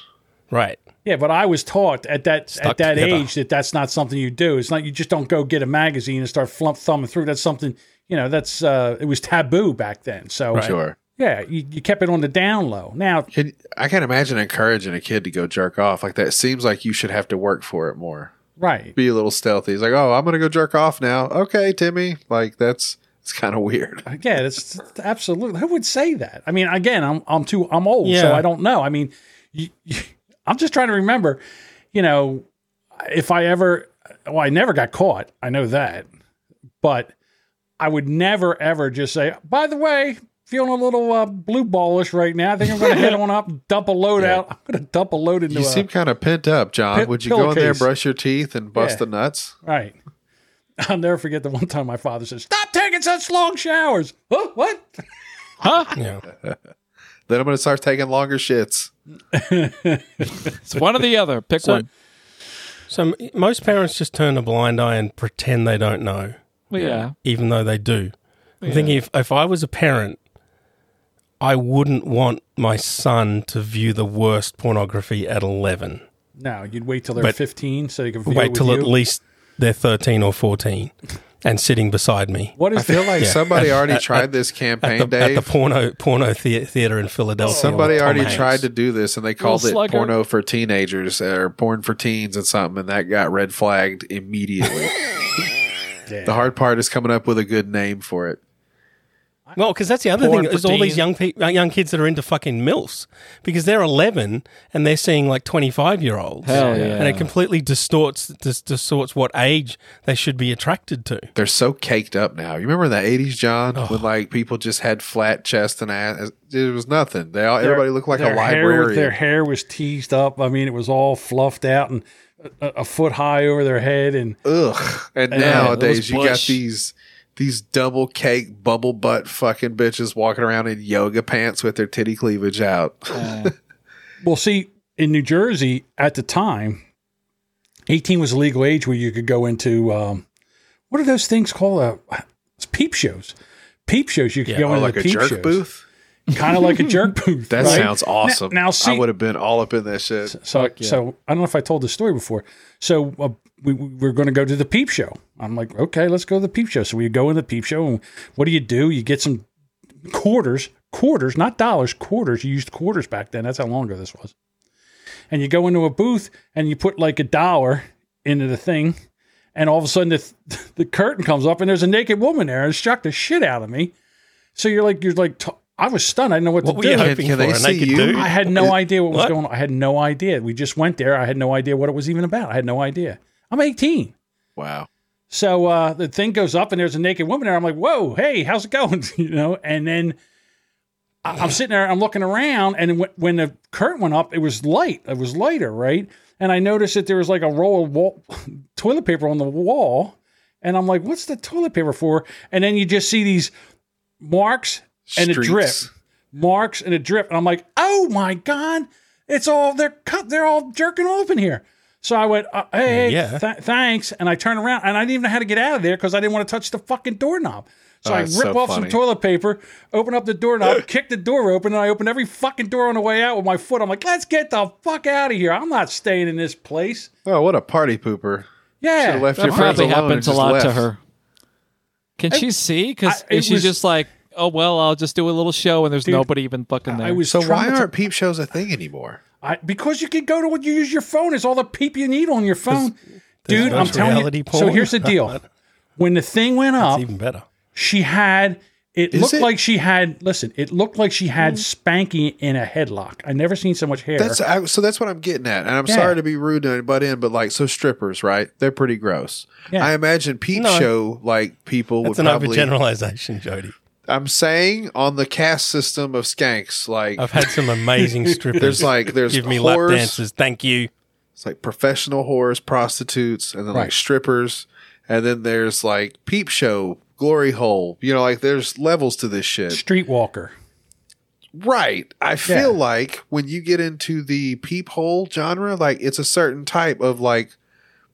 Right.
yeah, but I was taught at that at
Stuck
that
together.
age that that's not something you do. It's not you just don't go get a magazine and start flump thumbing through. That's something you know. That's uh, it was taboo back then. So
Right. Sure.
yeah, you, you kept it on the down low. Now
Can, I can't imagine encouraging a kid to go jerk off. Like that seems like you should have to work for it more.
Right.
Be a little stealthy. He's like, oh, I'm gonna go jerk off now. Okay, Timmy. Like that's it's kind of weird.
Yeah, that's that's absolutely. Who would say that? I mean, again, I'm I'm too I'm old, so
Yeah.
I don't know. I mean, you, you, I'm just trying to remember. You know, if I ever, well, I never got caught. I know that, but I would never ever just say. By the way, feeling a little uh, blue ballish right now. I think I'm going to head on up, dump a load out. I'm going to dump a load into.
You
a,
seem kind of pent up, John.
Pill-
Would you go in there,
pillowcase.
brush your teeth, and bust
Yeah.
the nuts?
Right. I'll never forget the one time my father said, "Stop taking such long showers." Huh? What? huh?
Yeah.
then I'm gonna start taking longer shits.
It's one or the other. Pick
So-
one.
So m- most parents just turn a blind eye and pretend they don't know.
Well, yeah.
Even though they do. I'm
Yeah.
thinking if, if I was a parent, I wouldn't want my son to view the worst pornography at 11.
No, you'd wait till they're
But-
15 so you can view it
Wait
with
till
you.
at least they're 13 or 14 and sitting beside me.
What is
I feel
the-
like
Yeah.
somebody
At-
already
at-
tried
at-
this campaign,
at the,
Dave. Oh,
At the porno, porno the- theater in Philadelphia.
Somebody
with Tom
already
Hanks.
tried to do this, and they
Little
called it
slugger.
porno for teenagers or porn for teens and something, and that got red flagged immediately.
Yeah.
The hard part is coming up with a good name for it.
Well, because that's the other
Porn
thing
for
is all these
teens.
young pe- uh, young kids that are into fucking milfs because they're eleven and they're seeing like twenty five year olds.
Hell yeah.
And it completely distorts dis- distorts what age they should be attracted to.
They're so caked up now. You remember in the eighties, John, when like people just had flat chest and ass. It was nothing. They all everybody looked like a
their hair was-
librarian.
their hair was teased up. I mean, it was all fluffed out and a, a foot high over their head. And
Ugh. And
Yeah,
nowadays
those
you got
bush.
these these double cake bubble butt fucking bitches walking around in yoga pants with their titty cleavage out.
Uh,
well, see, in New Jersey at the time, 18 was a legal age where you could go into um, what are those things called? Uh, it's peep shows. Peep shows. You could
Yeah,
go
or
into
like
the
a
peep
jerk
shows.
booth.
Kind of like a jerk booth.
That
right?
sounds awesome.
Now, now see,
I would have been all up in that shit.
So, so I don't know if I told this story before. So uh, we, we were going to go to the peep show. I'm like, okay, let's go to the peep show. So we go in the peep show, and what do you do? You get some quarters, quarters, not dollars, quarters. You used quarters back then. That's how long ago this was. And you go into a booth and you put like a dollar into the thing, and all of a sudden the the curtain comes up and there's a naked woman there and it shocked the shit out of me. So you're like, you're like, t- I was stunned. I didn't know what,
What
to
were
do.
you hoping
can
for?
they
A
see
naked
you?
dude?
I had no idea what was
What?
going on. I had no idea. We just went there. I had no idea what it was even about. I had no idea. I'm 18.
Wow.
So uh, the thing goes up, and there's a naked woman there. I'm like, whoa, hey, how's it going? you know, and then I- I'm sitting there, I'm looking around, and when- when the curtain went up, it was light. It was lighter, right? And I noticed that there was like a roll of wall, toilet paper on the wall, and I'm like, what's the toilet paper for? And then you just see these marks and a drip,
Streaks.
marks and a drip, and I'm like, oh my god, it's all they're cut, they're all jerking off in here. So I went, uh, hey,
Yeah.
th- thanks, and I turn around, and I didn't even know how to get out of there because I didn't want to touch the fucking doorknob. So
Oh,
I rip
that's so
off some
funny.
toilet paper, open up the doorknob, kick the door open, and I open every fucking door on the way out with my foot. I'm like, let's get the fuck out of here. I'm not staying in this place.
Oh, what a party pooper.
Yeah.
Should've left
That
your friends
probably
alone and
happens a
just
lot to
left.
her. Can she see? Because
I- it
if she's
was-
just like, oh, well, I'll just do a little show and there's nobody even fucking there.
I was
So why
traumatized.
aren't peep shows a thing anymore?
I, because you can go to what you use your phone. It's all the peep you need on your phone. Dude, I'm
virtual
telling
reality
you.
porn.
So here's the deal. When the thing went
It's
up,
even better.
she had it
Is
looked
it?
like she had listen, it looked like she had
Mm.
Spanky in a headlock. I never seen so much hair.
That's I, so. That's what I'm getting at, and I'm
Yeah.
sorry to be rude to butt in, but like, so strippers, right? They're pretty gross.
Yeah.
I imagine peep
No.
show like people
That's
would
an
probably.
overgeneralization, Jody.
I'm saying on the caste system of skanks, like
I've had some amazing strippers.
There's like- there's
give me lap
whores.
dances. Thank you.
it's like professional whores, prostitutes, and then like
Right.
strippers, and then there's like peep show, glory hole. You know, like there's levels to this shit.
Streetwalker.
Right. I feel like when you get into the peephole genre, like it's a certain type of like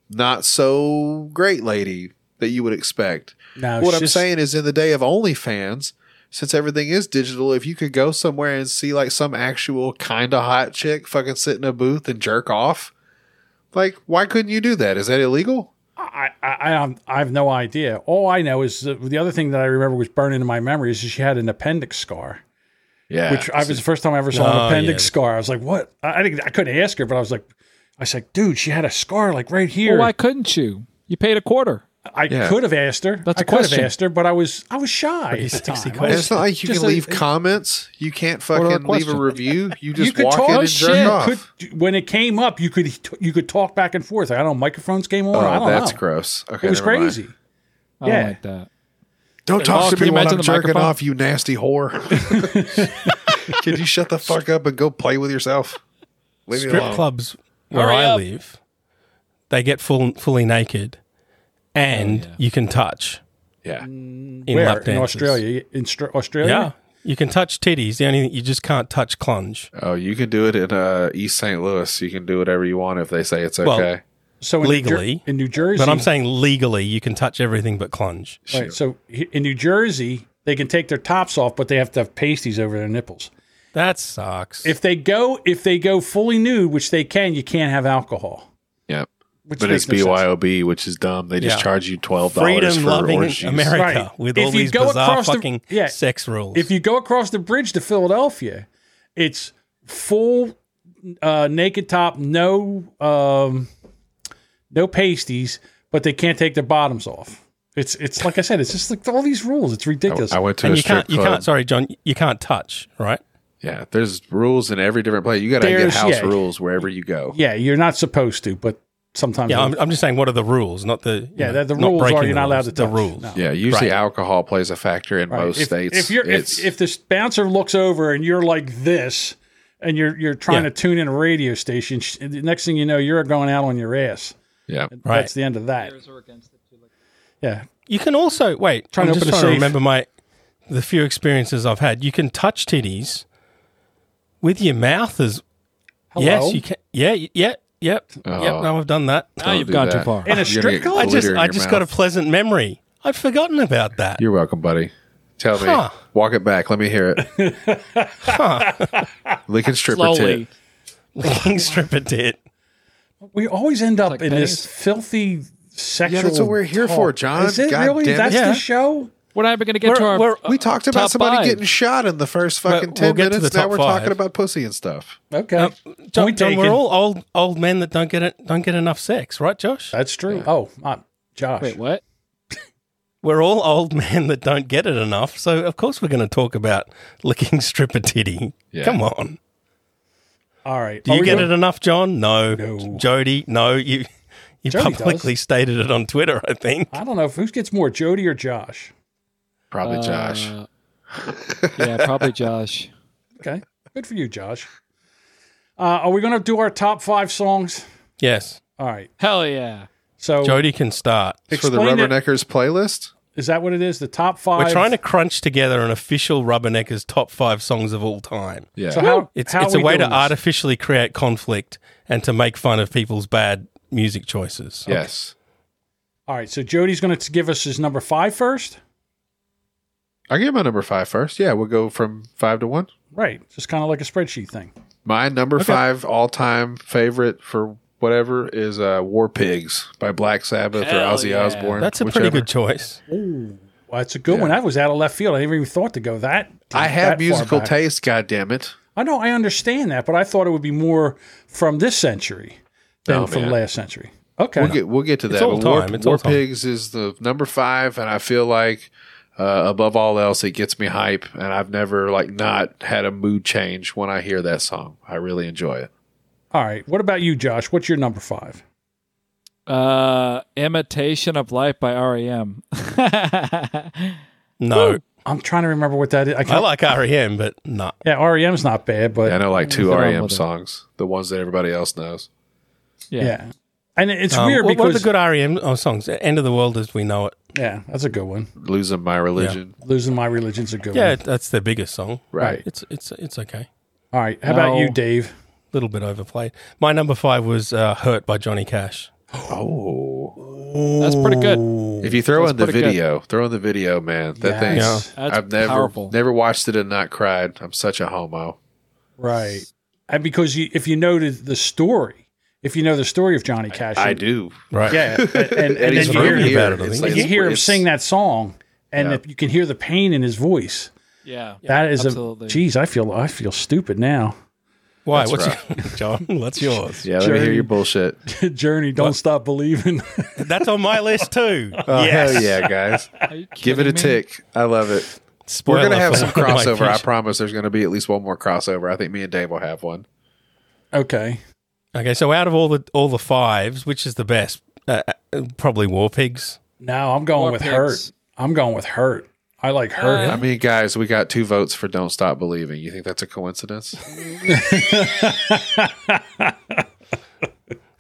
not so great lady that you would expect.
No, it's
what I'm
just-
saying is in the day of OnlyFans, since everything is digital, if you could go somewhere and see like some actual kind of hot chick fucking sit in a booth and jerk off, like why couldn't you do that? Is that illegal?
I, I, I, don't- I have no idea. All I know is that the other thing that I remember was burned into my memory is that she had an appendix scar.
Yeah.
which I was the first time I ever saw
Oh,
an appendix
yeah.
scar. I was like, what? I, I didn't, I couldn't ask her, but I was like, I was like, dude, she had a scar like right here.
Well, why couldn't you? You paid a quarter.
I
Yeah.
could have asked her.
That's
I
a
could have
question.
asked her, but I was I was shy. At the time. I
And
was
it's not like you
just
can
a-
leave comments. You can't
a
fucking leave a
question.
review.
You
You just
could
walk
talk
in and
shit.
jerk off.
Could- when it came up, you could you could talk back and forth. I don't know. Microphones came on. I
Oh,
don't
that's
know.
gross. Okay,
It was
never mind.
crazy.
I don't
Yeah.
like that.
Don't talk
Oh,
to
can
me
you
while
imagine
I'm
the
jerking
microphone?
off, you nasty whore. Can you shut the fuck up and go play with yourself? Leave me
strip
alone.
clubs where
Hurry
I
up.
live, they get full fully naked, and
Oh, yeah.
you can touch
Yeah.
in
Where?
lap dances.
in Australia? In Stra- Australia?
yeah, you can touch titties. The only thing you just can't touch clunge.
Oh, you can do it in uh, East St. Louis. You can do whatever you want if they say it's okay.
Well,
So in New
Legally.
Jer- in New Jersey,
But I'm saying legally, you can touch everything but clunge.
Right, so he- in New Jersey, they can take their tops off, but they have to have pasties over their nipples.
That sucks.
If they go, if they go fully nude, which they can, you can't have alcohol.
yep.
Which
But
makes
it's
no sense.
BYOB, which is dumb. They just
Yeah.
charge you twelve dollars
freedom
for
loving
orgies.
America
Right.
with
If
all
you
these
go
bizarre
across the-
fucking
yeah.
sex rules.
If you go across the bridge to Philadelphia, it's full uh, naked top, no um, no pasties, but they can't take their bottoms off. It's it's like I said, it's just like all these rules. It's ridiculous.
I went to
and
a
you
strip
can't, you
club.
can't. Sorry, John, you can't touch. Right?
Yeah, there's rules in every different place. You got to get
There's-
house
yeah.
rules wherever you go.
yeah, you're not supposed to, but sometimes
Yeah, I'm, I'm just saying. What are the rules? Not the you
Mm-hmm. Yeah,
know,
the- the
not
rules are
breaking
you're not allowed
rules,
to
the
touch.
rules.
No.
Yeah, usually
Right.
alcohol plays a factor in
Right.
most
if,
states.
If you're
It's-
if, if this bouncer looks over and you're like this, and you're you're trying
Yeah.
to tune in a radio station, sh- the next thing you know, you're going out on your ass.
yeah,
Right.
That's the end of that. Yeah,
You can also wait.
Trying
I'm
to
just
open a
trying to
safe.
remember my the few experiences I've had. You can touch titties with your mouth as
Hello?
yes, you can. Yeah, y- yeah, yep,
Oh.
yep. No, I've done that.
Now you've gone too far.
in a strip club.
I just I just got a pleasant memory. I'd forgotten about that.
You're welcome, buddy. Tell me.
Huh.
Walk it back. Let me hear it. Licking stripper
Slowly.
tit.
Licking stripper tit.
We always end up
like
in
pennies.
this filthy sexual.
Yeah, that's what we're here
talk.
for, John.
Is it
God
really?
damn it.
That's
Yeah.
the show.
We're not even going to get to
We're-
our.
we're-
We talked
top
about somebody
five.
getting shot in the first fucking
But
10
Uh, we'll get to the
minutes. Now
top
we're
five.
talking about pussy and stuff.
Okay,
John,
Point
John, we're
taken.
all old old men that don't get it, don't get enough sex, right, Josh?
That's true. Oh, uh, Josh.
Wait, what?
We're all old men that don't get it enough, so of course we're going to talk about licking stripper titty.
Yeah.
Come on.
All right.
Do
Are
you
we
get
doing-
it enough, John? No.
Oh, No.
Jody, no. You you
Jody
publicly stated it on Twitter, I think.
I don't know if who gets more, Jody or Josh.
Probably Josh.
Uh, yeah, probably Josh.
Okay, good for you, Josh. Uh, are we going to do our top five songs?
Yes.
All right.
Hell yeah.
So
Jody can start.
It's for the
explain it.
Rubberneckers playlist?
Is that what it is? The top five.
We're trying to crunch together an official Rubberneckers top five songs of all time.
Yeah.
So how,
It's
how
it's
are
a
we
way to
doing this?
artificially create conflict and to make fun of people's bad music choices.
yes.
All right. So Jody's going to give us his number five first.
I'll give my number five first. Yeah, we'll go from five to one.
Right. Just kind of like a spreadsheet thing.
My number five all time favorite for whatever is uh, War Pigs by Black Sabbath or
Hell
Ozzy
yeah.
Osbourne.
That's a
whichever.
pretty good choice.
Well, that's a good one. That was out of left field. I never even thought to go that.
I
that far
have musical
back.
taste, God damn it.
I know. I understand that, but I thought it would be more from this century than
Oh,
from
man.
last century. Okay.
We'll get we'll get to that.
all
but War,
time. It's
War
all time.
Pigs is the number five, and I feel like uh, above all else, it gets me hype, and I've never like not had a mood change when I hear that song. I really enjoy it.
All right. What about you, Josh? What's your number five?
Uh, Imitation of Life by E REM.
No.
I'm trying to remember what that is. I,
I
can't,
like REM, but no.
yeah, REM's not bad, but
I know like two E
wrong
REM
with it?
songs, the ones that everybody else knows.
yeah.
yeah. And it's
Um,
weird
what,
because
what are the good REM uh, songs? End of the World as We Know It.
Yeah, that's a good one.
Losing my religion.
Losing My Religion's a good
Yeah,
one.
that's their biggest song.
Right.
It's it's it's okay.
All right. How about
No.
you, Dave?
A little bit overplayed. My number five was uh, Hurt by Johnny Cash.
Oh,
That's pretty good.
If you throw
That's
in the
pretty good.
video, throw in the video, man. That thing.
Yes.
Yeah. That's
I've never
powerful.
never watched it and not cried. I'm such a homo.
Right. And because you, if you know the- the story, if you know the story of Johnny Cash,
I
you-
do.
Right.
Yeah, and, and, and
Eddie's
then you hear,
really
him,
about it, I
and
think.
you hear him
It's-
sing that song, and
Yeah.
if you can hear the pain in his voice.
Yeah.
That is
absolutely.
a geez. I feel I feel stupid now.
Why?
That's
what's
right.
your- John? What's yours?
Yeah, let me hear
Journey.
your bullshit.
Journey, don't stop believing.
That's on my list too.
Oh
yes.
hell yeah, guys!
Are you
Give it a
kidding me?
tick. I love it.
Spoiler
We're gonna have
for
some
one of Oh my
crossover. I
future-
promise. There's gonna be at least one more crossover. I think me and Dave will have one.
okay,
Okay, so out of all the all the fives, which is the best? Uh, uh, probably War Pigs.
no, I'm going
More
with
picks.
hurt. I'm going with hurt. I like hurt.
I mean, guys, we got two votes for "Don't Stop Believing." You think that's a coincidence?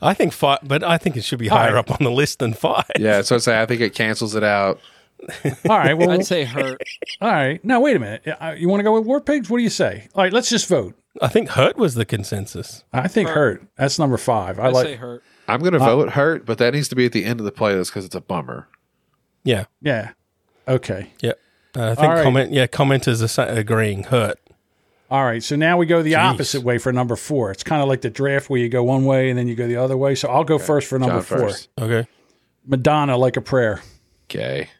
I think five, but I think it should be higher up on the list than five.
yeah, so I say I think it cancels it out.
all right, well,
I'd say hurt.
all right. Now wait a minute. Uh, You want to go with war pigs? What do you say? All right, let's just vote.
I think Hurt was the consensus.
I think hurt. That's number five. I
I'd
like.
say hurt.
I'm gonna vote hurt, but that needs to be at the end of the playlist because it's a bummer.
Yeah,
Yeah. Okay.
yeah. Uh, I think
All right.
comment. Yeah, commenters are sa- agreeing. Hurt.
All right, so now we go the opposite way for number four. It's kind of like the draft where you go one way and then you go the other way. So I'll go first for number
John
four.
first.
Okay.
Madonna, like a prayer.
Okay.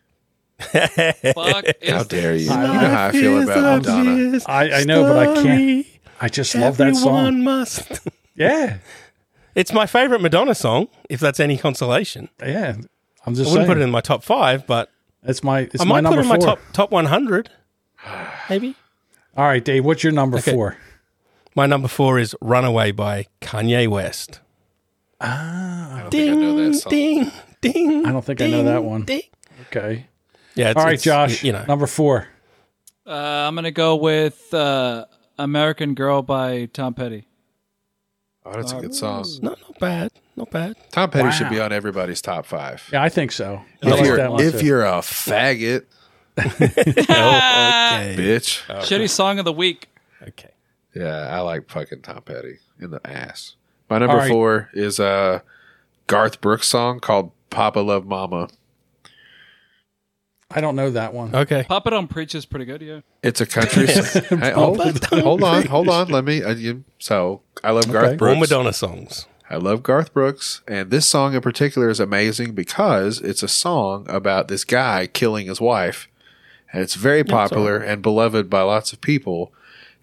Fuck
How
is
dare you? You know how I feel about Madonna.
I, I know, but I can't. I just love that song.
must.
Yeah,
It's my favorite Madonna song, if that's any consolation.
yeah. I'm just
I wouldn't
saying.
put it in my top five, but
it's my it's
I
my
might put
number
it in my
four.
top top one hundred. Maybe
All right, Dave, what's your number
Okay.
four?
my number four is "Runaway" by Kanye West.
I don't think I know that song.
ding, ding.
Ah. I don't think I know that one.
Ding.
Okay.
Yeah. It's,
All right,
it's,
Josh.
You know,
number four.
Uh, I'm gonna go with uh, American Girl by Tom Petty.
Oh, that's a good song.
not not bad, not bad.
Tom Petty should be on everybody's top five.
Yeah, I think so. I
If,
like
you're,
that one
if
too.
you're a faggot,
Oh, okay.
bitch.
Shitty song of the week.
Okay.
Yeah, I like fucking Tom Petty in the ass. My number
All right.
four is a Garth Brooks song called "Papa Love Mama."
I don't know that one.
Okay.
Papa Don't Preach is pretty good, yeah.
It's a country. song. Hey, hold, hold on, hold on. Let me. I, you, so I love Garth
Okay.
All
Brooks.
Madonna songs.
I love Garth Brooks, and this song in particular is amazing because it's a song about this guy killing his wife, and it's very popular and beloved by lots of people,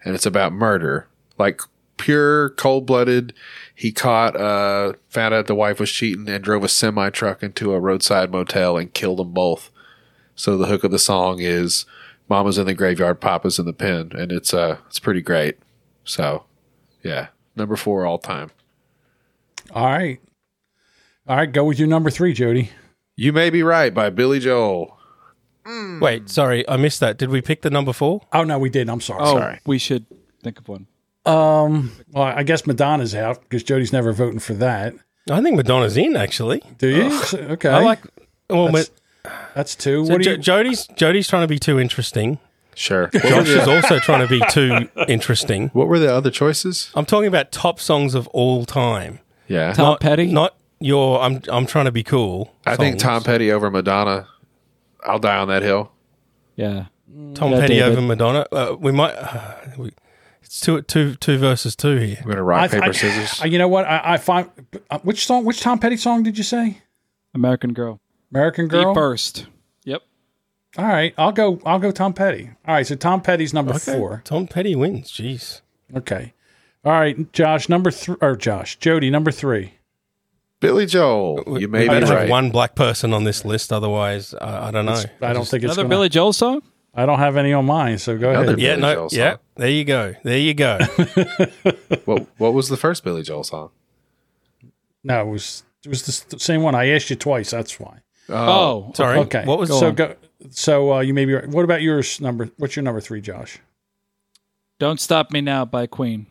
and it's about murder, like pure cold blooded. He caught, uh, found out the wife was cheating, and drove a semi truck into a roadside motel and killed them both. So the hook of the song is "Mama's in the graveyard, Papa's in the pen," and it's uh, it's pretty great. So, yeah, number four all time.
All right. All right, go with your number three, Jody.
You May Be Right by Billy Joel.
Wait, sorry, I missed that. Did we pick the number four?
Oh no, we didn't. I'm sorry.
Oh,
Sorry.
we should think of one.
Um. Well, I guess Madonna's out because Jody's never voting for that.
I think Madonna's in actually.
Do you? So- okay.
I like. Well,
That's-
but-
That's two.
so
what do
Jo-
you?
Jody's Jody's trying to be too interesting.
Sure.
Josh is also trying to be too interesting.
what were the other choices?
I'm talking about top songs of all time.
Yeah.
Tom
Not
Petty?
Not your. I'm. I'm trying to be cool.
I think
songs.
Tom Petty over Madonna. I'll die on that hill.
Yeah.
Tom
Yeah,
Petty
David.
over Madonna. Uh, we might. Uh, we, it's two, two, two versus two here.
We're going to rock,
I-
paper,
I-
scissors.
I- you know what? I, I find uh, which song? Which Tom Petty song did you say?
American Girl.
American Girl.
The first. Yep.
All right, I'll go. I'll go. Tom Petty. All right, so Tom Petty's number four.
Tom Petty wins. Jeez.
Okay. All right, Josh. Number three or Josh Jody number three.
Billy Joel. You May
I
Be
don't
Right.
have one black person on this list. Otherwise, uh, I I don't know.
I don't think it's
Another
gonna,
Billy Joel song?
I don't have any on mine, so go
Another
ahead.
Billy
Yeah, no,
Joel song.
yeah. There you go. There you go.
What, what was the first Billy Joel song?
No, it was it was the s- same one. I asked you twice. That's why.
Oh.
Sorry.
Okay.
What was
so
so?
go? So uh, you may be right. What about yours? Number? What's your number three, Josh?
Don't Stop Me Now by Queen.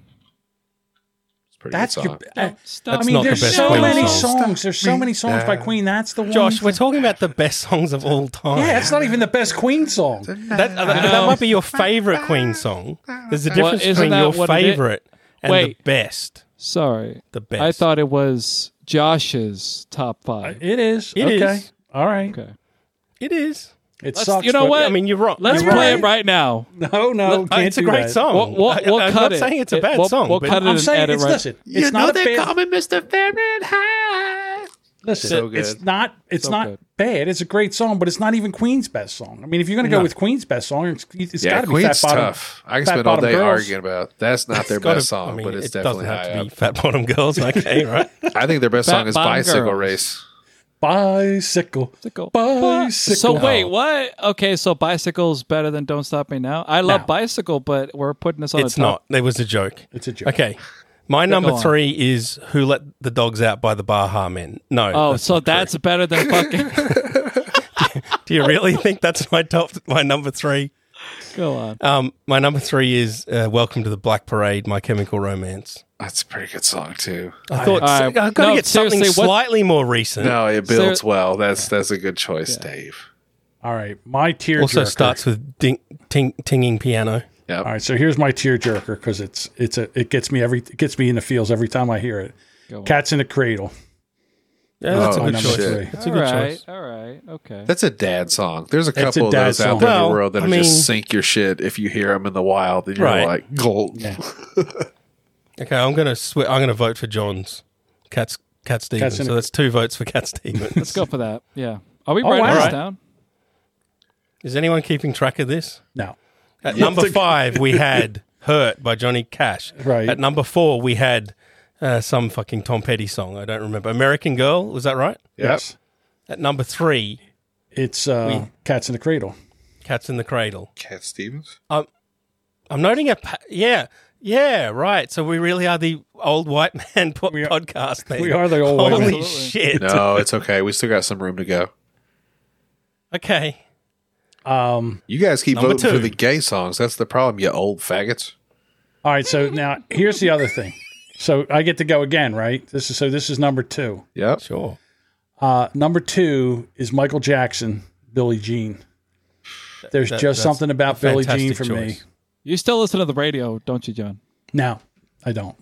It's pretty
That's
good
your.
song.
I,
That's
I mean,
uh, not the
there's
best
so
Queen
many
song.
songs. There's so many songs by
Stop.
Queen. That's the one.
Josh, we're talking about the best songs of all time.
yeah, it's not even the best Queen song.
That, uh, that, that might be your favorite Queen song. There's a
um, Well,
difference
isn't
between
that
your
what it is?
favorite and
Wait.
the best.
Sorry.
The best.
I thought it was Josh's top five.
It is.
It
okay.
is.
All right.
Okay.
It is.
It
Let's-
sucks.
you know
but-
what?
I mean, you're wrong.
Let's
You're
play
right.
it right now.
No, no,
Uh,
can't
it's a
do
great
that.
song.
We'll, we'll,
I-
we'll
I'm
cut
not
it.
saying it's a bad
we'll,
song,
We'll
but-
cut it
I'm
and
saying
edit
it's
right.
listen. It's not a bad.
me Mr. Fahrenheit.
Listen,
So good.
it's not. It's
So
not
good.
bad. It's a great song, but it's not even Queen's best song. I mean, if you're going to go
No.
with Queen's best song, it's, it's
Yeah,
got to be
Queen's
Fat Bottom.
tough. I can
Fat
spend all
Bottom
day
Girls.
arguing about that's not their
It's gotta-
best song,
I mean,
but it's
it doesn't
definitely
have
high
to
up.
be Fat Bottom Girls. Okay, right.
I think their best
Fat
song is
Bottom
Bicycle
Girls.
Race.
Bicycle.
Bicycle.
Bicycle.
So wait, what? Okay, so bicycle's better than Don't Stop Me Now. I love
No.
bicycle, but we're putting this on
It's
the top.
not. It was a joke.
It's a joke.
Okay. My
go
number
on.
three is Who Let the Dogs Out by the Baha Men. No.
Oh,
that's
so
not true.
that's better than fucking.
Do you really think that's my top, my number three?
Go on.
Um, my number three is uh, Welcome to the Black Parade, My Chemical Romance.
That's a pretty good song too.
I thought
All right.
I've got to
No,
get something
seriously, what-
slightly more recent.
No, it
So-
builds well. That's that's a good choice, Dave.
All right, my tear
Also starts with ding, ting, tinging piano.
Yep.
All right, so here's my tearjerker because it's it's a it gets me every it gets me in the feels every time I hear it.
Go on.
Cats in the Cradle.
Yeah,
Oh,
that's a
my
good
number
choice.
three.
That's a
all
good
right.
choice.
All right. Okay.
That's a dad song. There's a
That's a
couple of
dad
those
song.
out there in
Well,
the world that
I
will
mean-
just sink your shit if you hear them in the wild, and you're
Right.
like, "Gold."
Okay, I'm gonna sw- I'm gonna vote for John's Cats Cat Stevens.
in
so
a-
that's two votes for Cat Stevens.
Let's go for that. Yeah. Are we
Oh,
writing
wow.
this
Alright.
down?
Is anyone keeping track of this?
No,
At number five, we had "Hurt" by Johnny Cash.
Right.
At number four, we had uh, some fucking Tom Petty song. I don't remember. American Girl was that right?
yes,
At number three,
it's uh, Cats in the Cradle.
Cats in the Cradle.
Cat Stevens.
I'm noting a pa- yeah, yeah, right. So we really are the old white man po-
We are-
podcast. Then.
we are the old white
Holy
man.
shit!
No, it's okay. We still got some room to go.
Okay,
Um,
You guys keep
Number
voting for
two.
the gay songs. That's the problem, you old faggots.
all right, so now here's the other thing. So I get to go again, right? This is so this is number two.
Yep.
sure.
Uh, number two is Michael Jackson, Billie Jean. There's
That- that's
just something about Billie Jean
fantastic
for me.
choice.
You still listen to the radio, don't you, John?
No, I don't.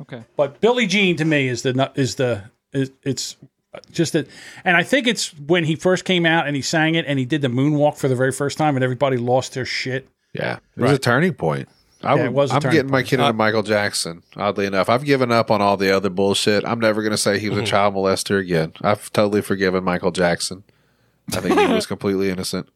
Okay.
But Billie Jean to me is the nu- is the is, it's just that, and I think it's when he first came out and he sang it and he did the moonwalk for the very first time and everybody lost their shit.
Yeah. It was a turning point. I
Yeah, it was a
I'm
turning
getting my kid into Michael Jackson, oddly enough. I've given up on all the other bullshit. I'm never going to say he was a child molester again. I've totally forgiven Michael Jackson. I think he was completely innocent.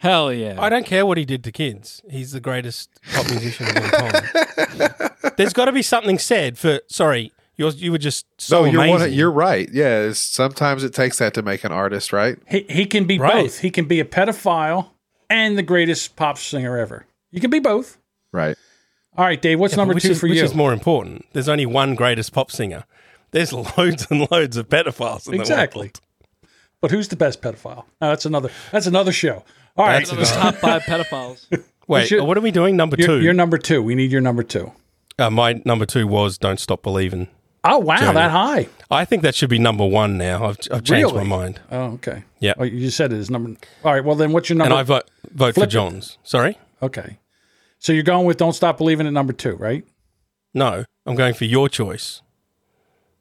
Hell yeah.
I don't care what he did to kids. He's the greatest pop musician of all time. There's got to be something said for. Sorry, you you were just so
No, you're,
Oh, amazing.
one, you're right. Yeah. it's- sometimes it takes that to make an artist, right?
He he can be
Right.
both. He can be a pedophile and the greatest pop singer ever. You can be both.
Right.
All right, Dave. What's
Yeah, but
number
which
two
is,
for
which
you?
is more important. There's only one greatest pop singer. There's loads and loads of pedophiles in
exactly. But who's the best pedophile? No, that's another. That's another show. All right,
That's
Another top five pedophiles.
the world. Wait,
should-
what are we doing? Number
you're,
2
you're number two. We need your number two.
uh, my number two was "Don't Stop Believing."
Oh wow, that high.
I think that should be number one now. I've, I've changed my
Really?
mind,
Oh okay.
Yeah.
Oh, you said it is number. All right. Well, then what's your
and
number?
I vote vote for
Flip it.
John's. Sorry,
Okay. So you're going with Don't Stop Believing at number two, right?
no, I'm going for your choice.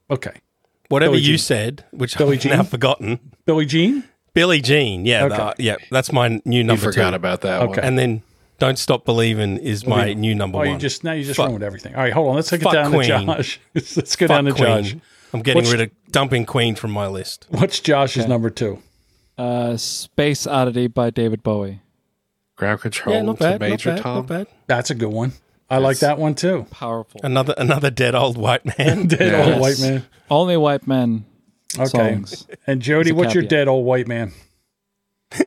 Okay.
Whatever
Billie
you
Jean.
said, which
Billie
I've now
Jean?
forgotten.
Billie Jean?
Billie Jean, yeah,
Okay.
that- yeah, that's my new
You
number.
forgot
two.
about that
Okay.
one.
and then "Don't Stop Believing" is my new number
Oh,
one.
you just now you just
Fuck.
ruined everything. All right, hold on. Let's take
Fuck
it down
Queen.
to Josh. Let's go
Fuck
down to
Queen.
Josh.
I'm getting
What's-
rid of dumping Queen from my list.
What's Josh's number two?
Uh, Space Oddity by David Bowie.
Ground control
yeah, not
to
bad.
Major
not bad,
Tom.
Not bad.
That's a good one. I like that one too.
Powerful.
Another another dead old white man.
Dead
Yeah.
old white man.
Only white men
Okay.
songs.
And
It's
Jody,
a
what's your
caveat.
dead old white man?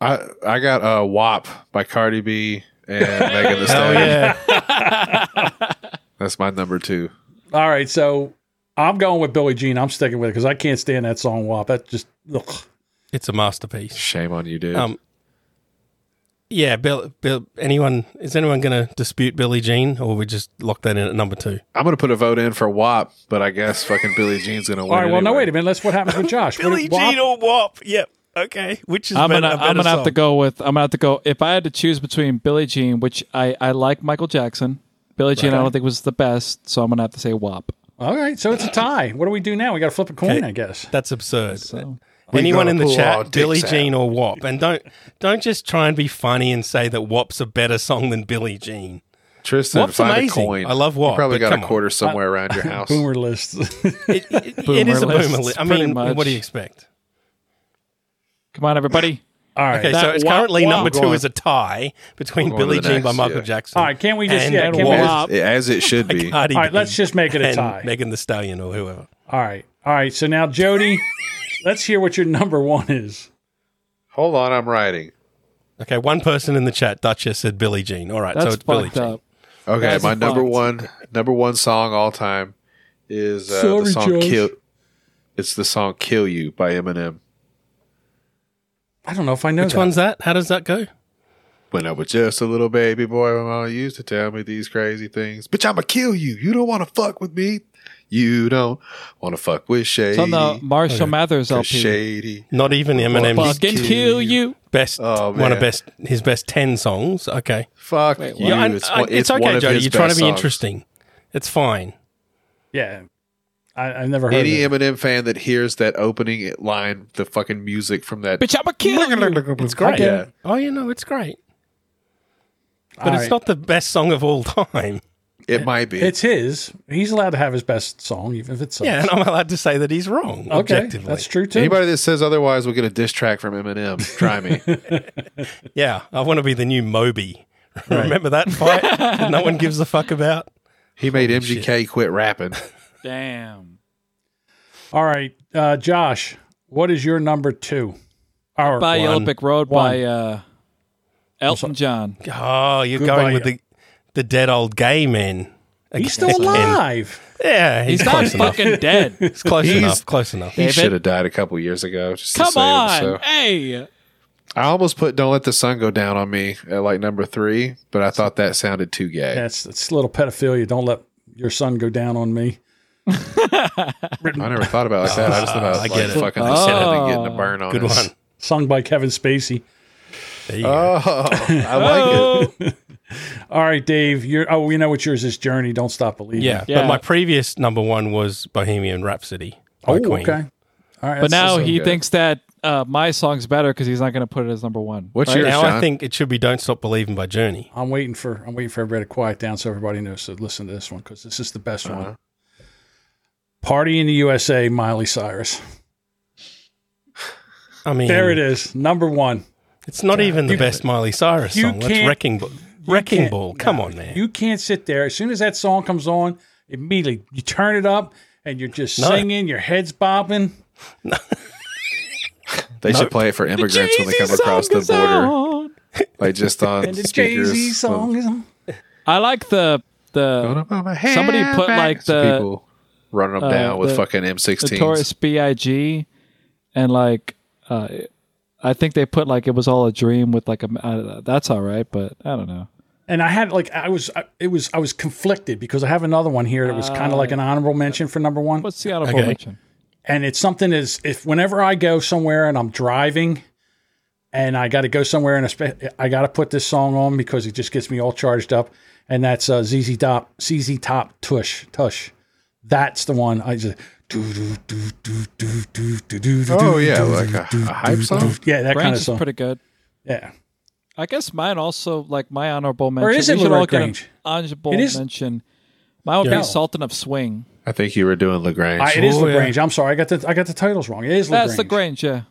I, I got uh, WAP by Cardi B and Megan Thee
Oh,
Hell
Stallion.
yeah!
That's my number two.
All right, so I'm going with Billie Jean. I'm sticking with it because I can't stand that song WAP. That just ugh.
it's a masterpiece.
Shame on you, dude.
Um, Yeah, Bill, Bill, anyone is anyone going to dispute Billie Jean, or we just lock that in at number two?
I'm going to put a vote in for WAP, but I guess fucking Billie Jean's going to win.
All right. Well,
anyway.
no, wait a minute. Let's what happens with Josh. What
Billie
did Wop-
Jean oh. or WAP? Yep. Okay. Which is
I'm
better,
gonna,
a better
I'm gonna have to
song?
go with. I'm gonna have to go. If I had to choose between Billie Jean, which I, I like Michael Jackson, Billie Jean I
Right.
don't think was the best, so I'm gonna have to say WAP.
All right. So it's a tie. What do we do now? We got to flip a coin, I guess.
That's absurd.
We
Anyone
gotta
in the
pull our
chat,
dicks
Billie
out.
Jean or WAP, and don't don't just try and be funny and say that WAP's a better song than Billie Jean.
Tristan,
WAP's
find
amazing.
a coin.
I love WAP.
You probably
but
got
come
a
on. Uh,
quarter somewhere around your house.
Boomer list.
it is a boomer list. I mean, what do you expect?
Come on, everybody.
All right.
Okay, so
That
it's
WAP,
currently
WAP.
number two
We're going-
is a tie between
We're going to
Billie
the
Jean by
next,
Michael
yeah.
Jackson.
All right. Can't we just?
and
yeah. Can we
WAP.
just?
As it should be.
Cardi
All right,
B
let's just make it a
and
tie.
Megan the Stallion or whoever.
All right. All right. So now, Jody, let's hear what your number one is.
Hold on, I'm writing.
Okay, one person in the chat, Duchess, said Billie Jean. All right, so
That's
it's Billie
fucked
Jean.
up.
Okay,
That's
my
fucked.
number one number one song all time is uh, the
Sorry,
song
Josh.
"Kill." It's the song "Kill You" by Eminem.
I don't know if I know
Which
that.
one's that? How does that go?
When I was just a little baby boy, my mama used to tell me these crazy things. Bitch, I'ma kill you. You don't want to fuck with me. You don't want to fuck with Shady.
It's on the Marshall Mathers
'Cause
LP.
Shady.
Not even Eminem's
Fucking kill you.
best,
Oh,
one of
man.
best, his best ten songs. Okay,
Fuck
Wait,
you.
Yeah, and-
it's,
I-
one-
it's
it's one
okay,
of
Jody.
his
You're trying to
best
be
songs.
interesting. It's fine.
Yeah. I, I've never heard.
Any
of it.
Eminem fan that hears that opening line, the fucking music from that,
Bitch, I'ma kill you.
it's great. Yeah.
Oh, you know, it's great, but
All
it's
right.
not the best song of all time.
It might be.
It's his. He's allowed to have his best song, even if it's
Yeah, and I'm allowed to say that he's wrong.
Okay,
Objectively,
that's true too.
Anybody that says otherwise will get a diss track from Eminem. Try me.
Yeah, I want to be the new Moby. Remember that fight that no one gives a fuck about?
He made MGK quit rapping.
Damn.
All right, uh, Josh, what is your number two? Our
By
One.
Olympic Road
One.
by uh, Elton John.
Oh, you're
Goodbye,
going with the the dead old gay men.
he's still
Again.
alive.
Yeah, he's,
He's not
close enough.
fucking dead.
It's close
He's-
enough. Close enough.
He
David?
should have died a couple years ago. just to
Come
save
on.
himself.
Hey.
I almost put "Don't Let the Sun Go Down on Me" at like number three, but I thought that sounded too gay.
That's that's a little pedophilia. Don't let your son go down on me.
I never thought about it like that. I just thought about
I
like,
get it.
fucking the sun and getting a burn on.
Good
us.
one.
Sung by Kevin Spacey.
There you go.
Oh, I like it.
Oh.
All right, Dave. You're, oh, we know what yours is. Journey. Don't stop believing.
Yeah,
Yeah.
but my previous number one was Bohemian Rhapsody. by
Oh,
Queen.
okay. All right.
But
that's-
now
so
he
good.
thinks that uh, my song's better because he's not going to put it as number one.
What's
Now
yours, John?
I think it should be "Don't Stop Believing" by Journey.
I'm waiting for I'm waiting for everybody to quiet down so everybody knows to listen to this one because this is the best one. Party in the USA, Miley Cyrus.
I mean,
There it is, number one.
It's not even the best Miley Cyrus
you
song. That's
can't-
Wrecking Ball. Wrecking Ball. Come on, man.
You can't sit there. As soon as that song comes on, immediately you turn it up and you're just
No.
singing, your head's bobbing.
They should play it for immigrants when they come
Jay-Z
across
song
the
is
border,
on.
like just on
And the Jay
speakers.
Z song is on.
I like the the
Somebody
put, like, the-
people running them
uh,
down with
the-
fucking
the
M16s.
Taurus Big and like uh, I think they put like it was all a dream with like a uh, that's all right, but I don't know.
And I had like I was I, it was I was conflicted because I have another one here that was kind of like an honorable mention for number one.
What's the honorable
Okay.
mention?
and it's something is if whenever I go somewhere and I'm driving and I got to go somewhere and I spe- I got to put this song on because it just gets me all charged up and that's uh, ZZ Top ZZ Top Tush Tush that's the one I just do do do do do do do do do
Oh
do,
yeah,
do,
like
do,
a,
do,
a hype
do,
song.
do. yeah that kind
Range
of
is
song
pretty good.
yeah
I guess mine also like my honorable mention.
is it
We should
Little
all get an
Grange?
Honorable
It is-
mention. Mine would
Yeah.
be Sultan of Swing.
I think you were doing Lagrange.
I, it is
Oh, yeah.
Lagrange I'm sorry I got the I got the titles wrong it is Lagrange
That's the Grange, yeah.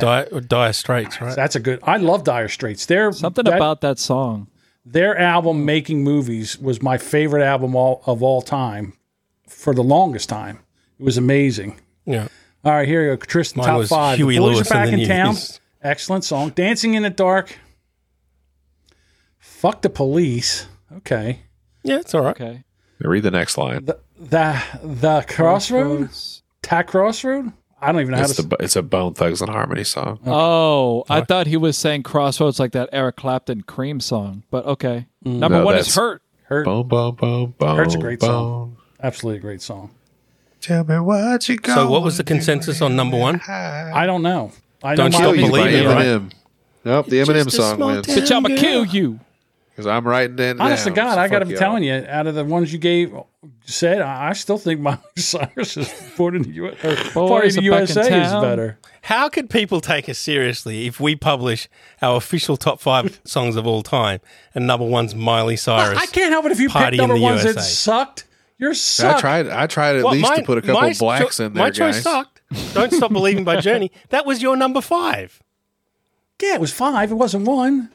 Dire, dire Straits, right?
that's a good I love Dire Straits they're
Something
that-
about that song.
their
Hmm.
album making movies was my favorite album all, of all time for the longest time it was amazing
yeah.
all right here you go tristan
Mine
top
was
five
Huey
the boys
Lewis
are back
and the
in town
News.
excellent song dancing in the dark fuck the police okay
Yeah, it's all right.
Okay.
Read the next line.
the the, the crossroad ta crossroad I don't even know how
It's,
to.
the, it's a Bone Thugs and Harmony song.
Oh, I thought he was saying crossroads like that Eric Clapton Cream song, but okay.
Mm.
Number
No,
one is
that's-
hurt.
Hurt.
Boom, boom, boom, boom.
Hurt's a great
boom.
song. Absolutely a great song.
Tell me what you got.
So, what was the consensus on number one?
I don't know. I
Don't
know
you
my
believe
By
it, right?
Eminem. Nope, the Eminem song wins
Bitch, I'ma kill you.
because I'm writing that.
Honest to
down,
God,
so
I got
fuck
to be
y'all.
telling you, out of the ones you gave, said, I, I still think Miley Cyrus is born in the U.S. or
Boys
part
are
of the
back in
USA is
town.
better.
How could people take us seriously if we publish our official top five songs of all time and number one's Miley Cyrus?
I can't help it if you
Party
pick number
in the
ones that
USA.
sucked. You're suck.
I tried. I tried at
Well,
least
mine-
to put a couple
my
blacks
cho-
in there,
My choice
guys.
sucked. Don't stop believing by Journey. That was your number five.
Yeah, it was five. It wasn't one.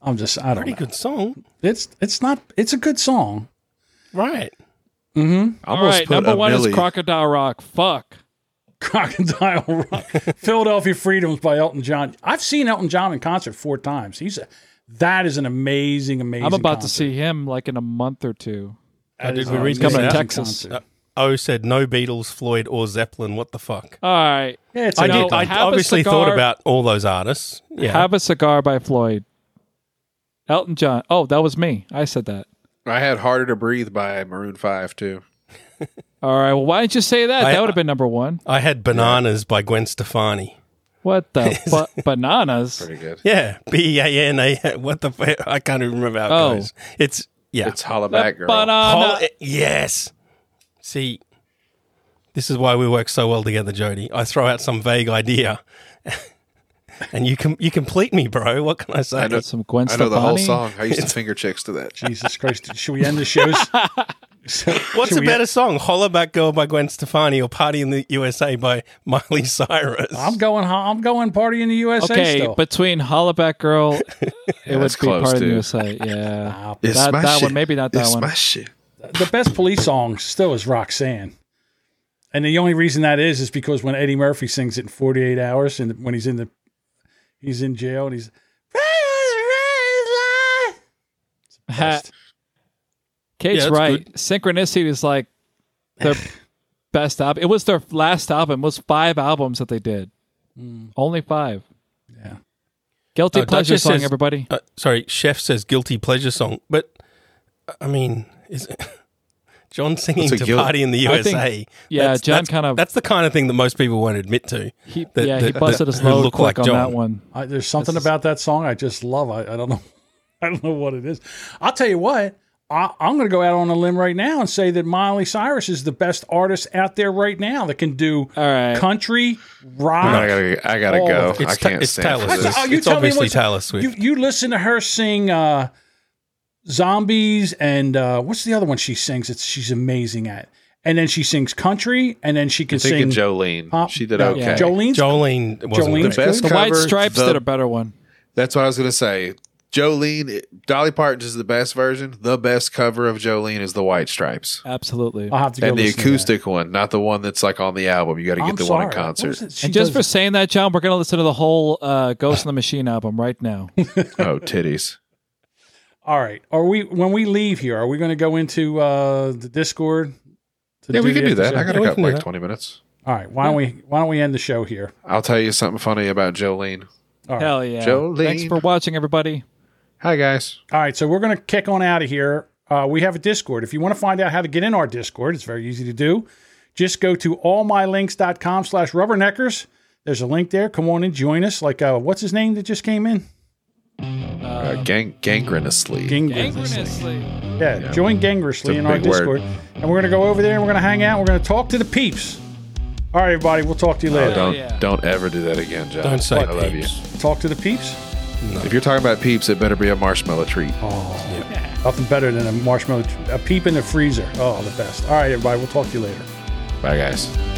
I'm just. I don't.
Pretty
Know.
good song,
It's it's not. It's a good song.
right?
Mm-hmm.
I
All
almost
right,
put
number
a
one
Millie.
is Crocodile Rock. Fuck.
Crocodile Rock, Philadelphia Freedoms by Elton John. I've seen Elton John in concert four times. He's a, that is an amazing, amazing.
I'm about to
concert.
see him like in a month or two.
How did
is
we
an
read
He's coming
this
to
out?
Texas.
concert.
O said no Beatles, Floyd, or Zeppelin. What the fuck?
All right.
Yeah, it's
I
a
No,
did. I
have a
obviously
cigar.
thought about all those artists. Yeah,
Have a cigar by Floyd. Elton John. Oh, that was me. I said that.
I had "Harder to Breathe" by Maroon Five too.
All right. Well, why didn't you say that?
I-
that would have been number one.
I had Bananas by Gwen Stefani.
What the fu- bananas?
Pretty good.
Yeah, B E A N A. What the? fu- I can't even remember how it
Oh.
goes. It's yeah.
It's "Holla Back Girl."
Hol-
Banana.
eh, yes. See, this is why we work so well together, Jody. I throw out some vague idea, and you com- you complete me, bro. What can I say?
I know,
Some Gwen
I know the whole
Stefani?
song. I used to finger chicks to that.
Jesus Christ! Should we end the shows? So-
What's
should
a
we-
better song, "Hollaback Girl" by Gwen Stefani or "Party in the USA" by Miley Cyrus?
I'm going. I'm going. Party in the USA.
Okay,
still.
between Hollaback Girl, it would
that's
be
close,
part of the
too.
USA. Yeah,
It's
that,
my
that
shit.
one, maybe not that
it's
one.
My shit.
Uh, the best police song still is Roxanne. And the only reason that is is because when Eddie Murphy sings it in 48 hours and when he's in the he's in jail and he's best.
Kate's
Yeah, that's
right. Synchronicity is like their best album. It was their last album. It was five albums that they did. Only five.
Yeah.
Guilty
Mm. Uh,
pleasure
Duchess
song,
says-
everybody.
Uh, sorry, Chef says guilty pleasure song, but I mean, is it John singing
That's a
to
guilt-
party in the
I think-
USA?
yeah, John
that's-
kind of-
That's the kind of thing that most people won't admit to.
He,
that-
yeah, he
that-
busted
that-
his
who
load
look
quick on that one.
I, there's something about that song I just love. I, I don't know. I don't know what it is. I'll tell you what. I, I'm going to go out on a limb right now and say that Miley Cyrus is the best artist out there right now that can do
All right.
country, rock,
I gotta, I gotta
Oh,
go.
It's
I
Ta-
can't
it's
stand
Taylor
for this.
Swift.
Oh, you
it's
tell me
obviously
what's-
Taylor Swift.
You you listen to her sing uh, zombies and uh, what's the other one she sings? It's she's amazing at. And then she sings country, and then she can
Think
sing
of Jolene.
pop.
she did
No,
okay.
Jolene's
Jolene wasn't
Jolene?
the
The
best.
best
The
cover,
White Stripes
the-
did a better one.
That's what I was gonna say. Jolene, Dolly Parton is the best version. The best cover of Jolene is the White Stripes.
Absolutely.
I'll have to go
And the
listen to that.
acoustic one, not the one that's like on the album. You got to
I'm
get the
sorry.
one in concert.
What was it? She
and just for
does-
saying that, John, we're going to listen to the whole uh, Ghost in the Machine album right now.
Oh, titties.
all right, are we when we leave here? Are we going to go into uh, the Discord? to
Yeah, we
the
can do that.
episode?
I got
Yeah,
to
we
got
can do
like
that.
20 minutes.
all right, why don't we why don't we end the show here?
I'll tell you something funny about Jolene.
All right.
Hell yeah.
Jolene.
Thanks for watching, everybody.
Hi, guys.
All right, so we're going to kick on out of here. Uh, we have a Discord. If you want to find out how to get in our Discord, it's very easy to do. Just go to allmylinks.com slash rubberneckers. There's a link there. Come on and join us. Like, uh, what's his name that just came in?
Uh, gang- gangrenously.
Gingras. Yeah, join Gangrishly
It's a
in our
big word.
Discord. And we're going to go over there and we're going to hang out. We're going to talk to the peeps. All right, everybody. We'll talk to you later.
Oh, don't
yeah.
don't ever do that again, John.
Don't say
I love you.
peeps.
talk to the peeps.
If you're talking about peeps, it better be a marshmallow treat.
Nothing better than a marshmallow, a peep in the freezer. Oh, the best. All right, everybody. We'll talk to you later.
Bye, guys.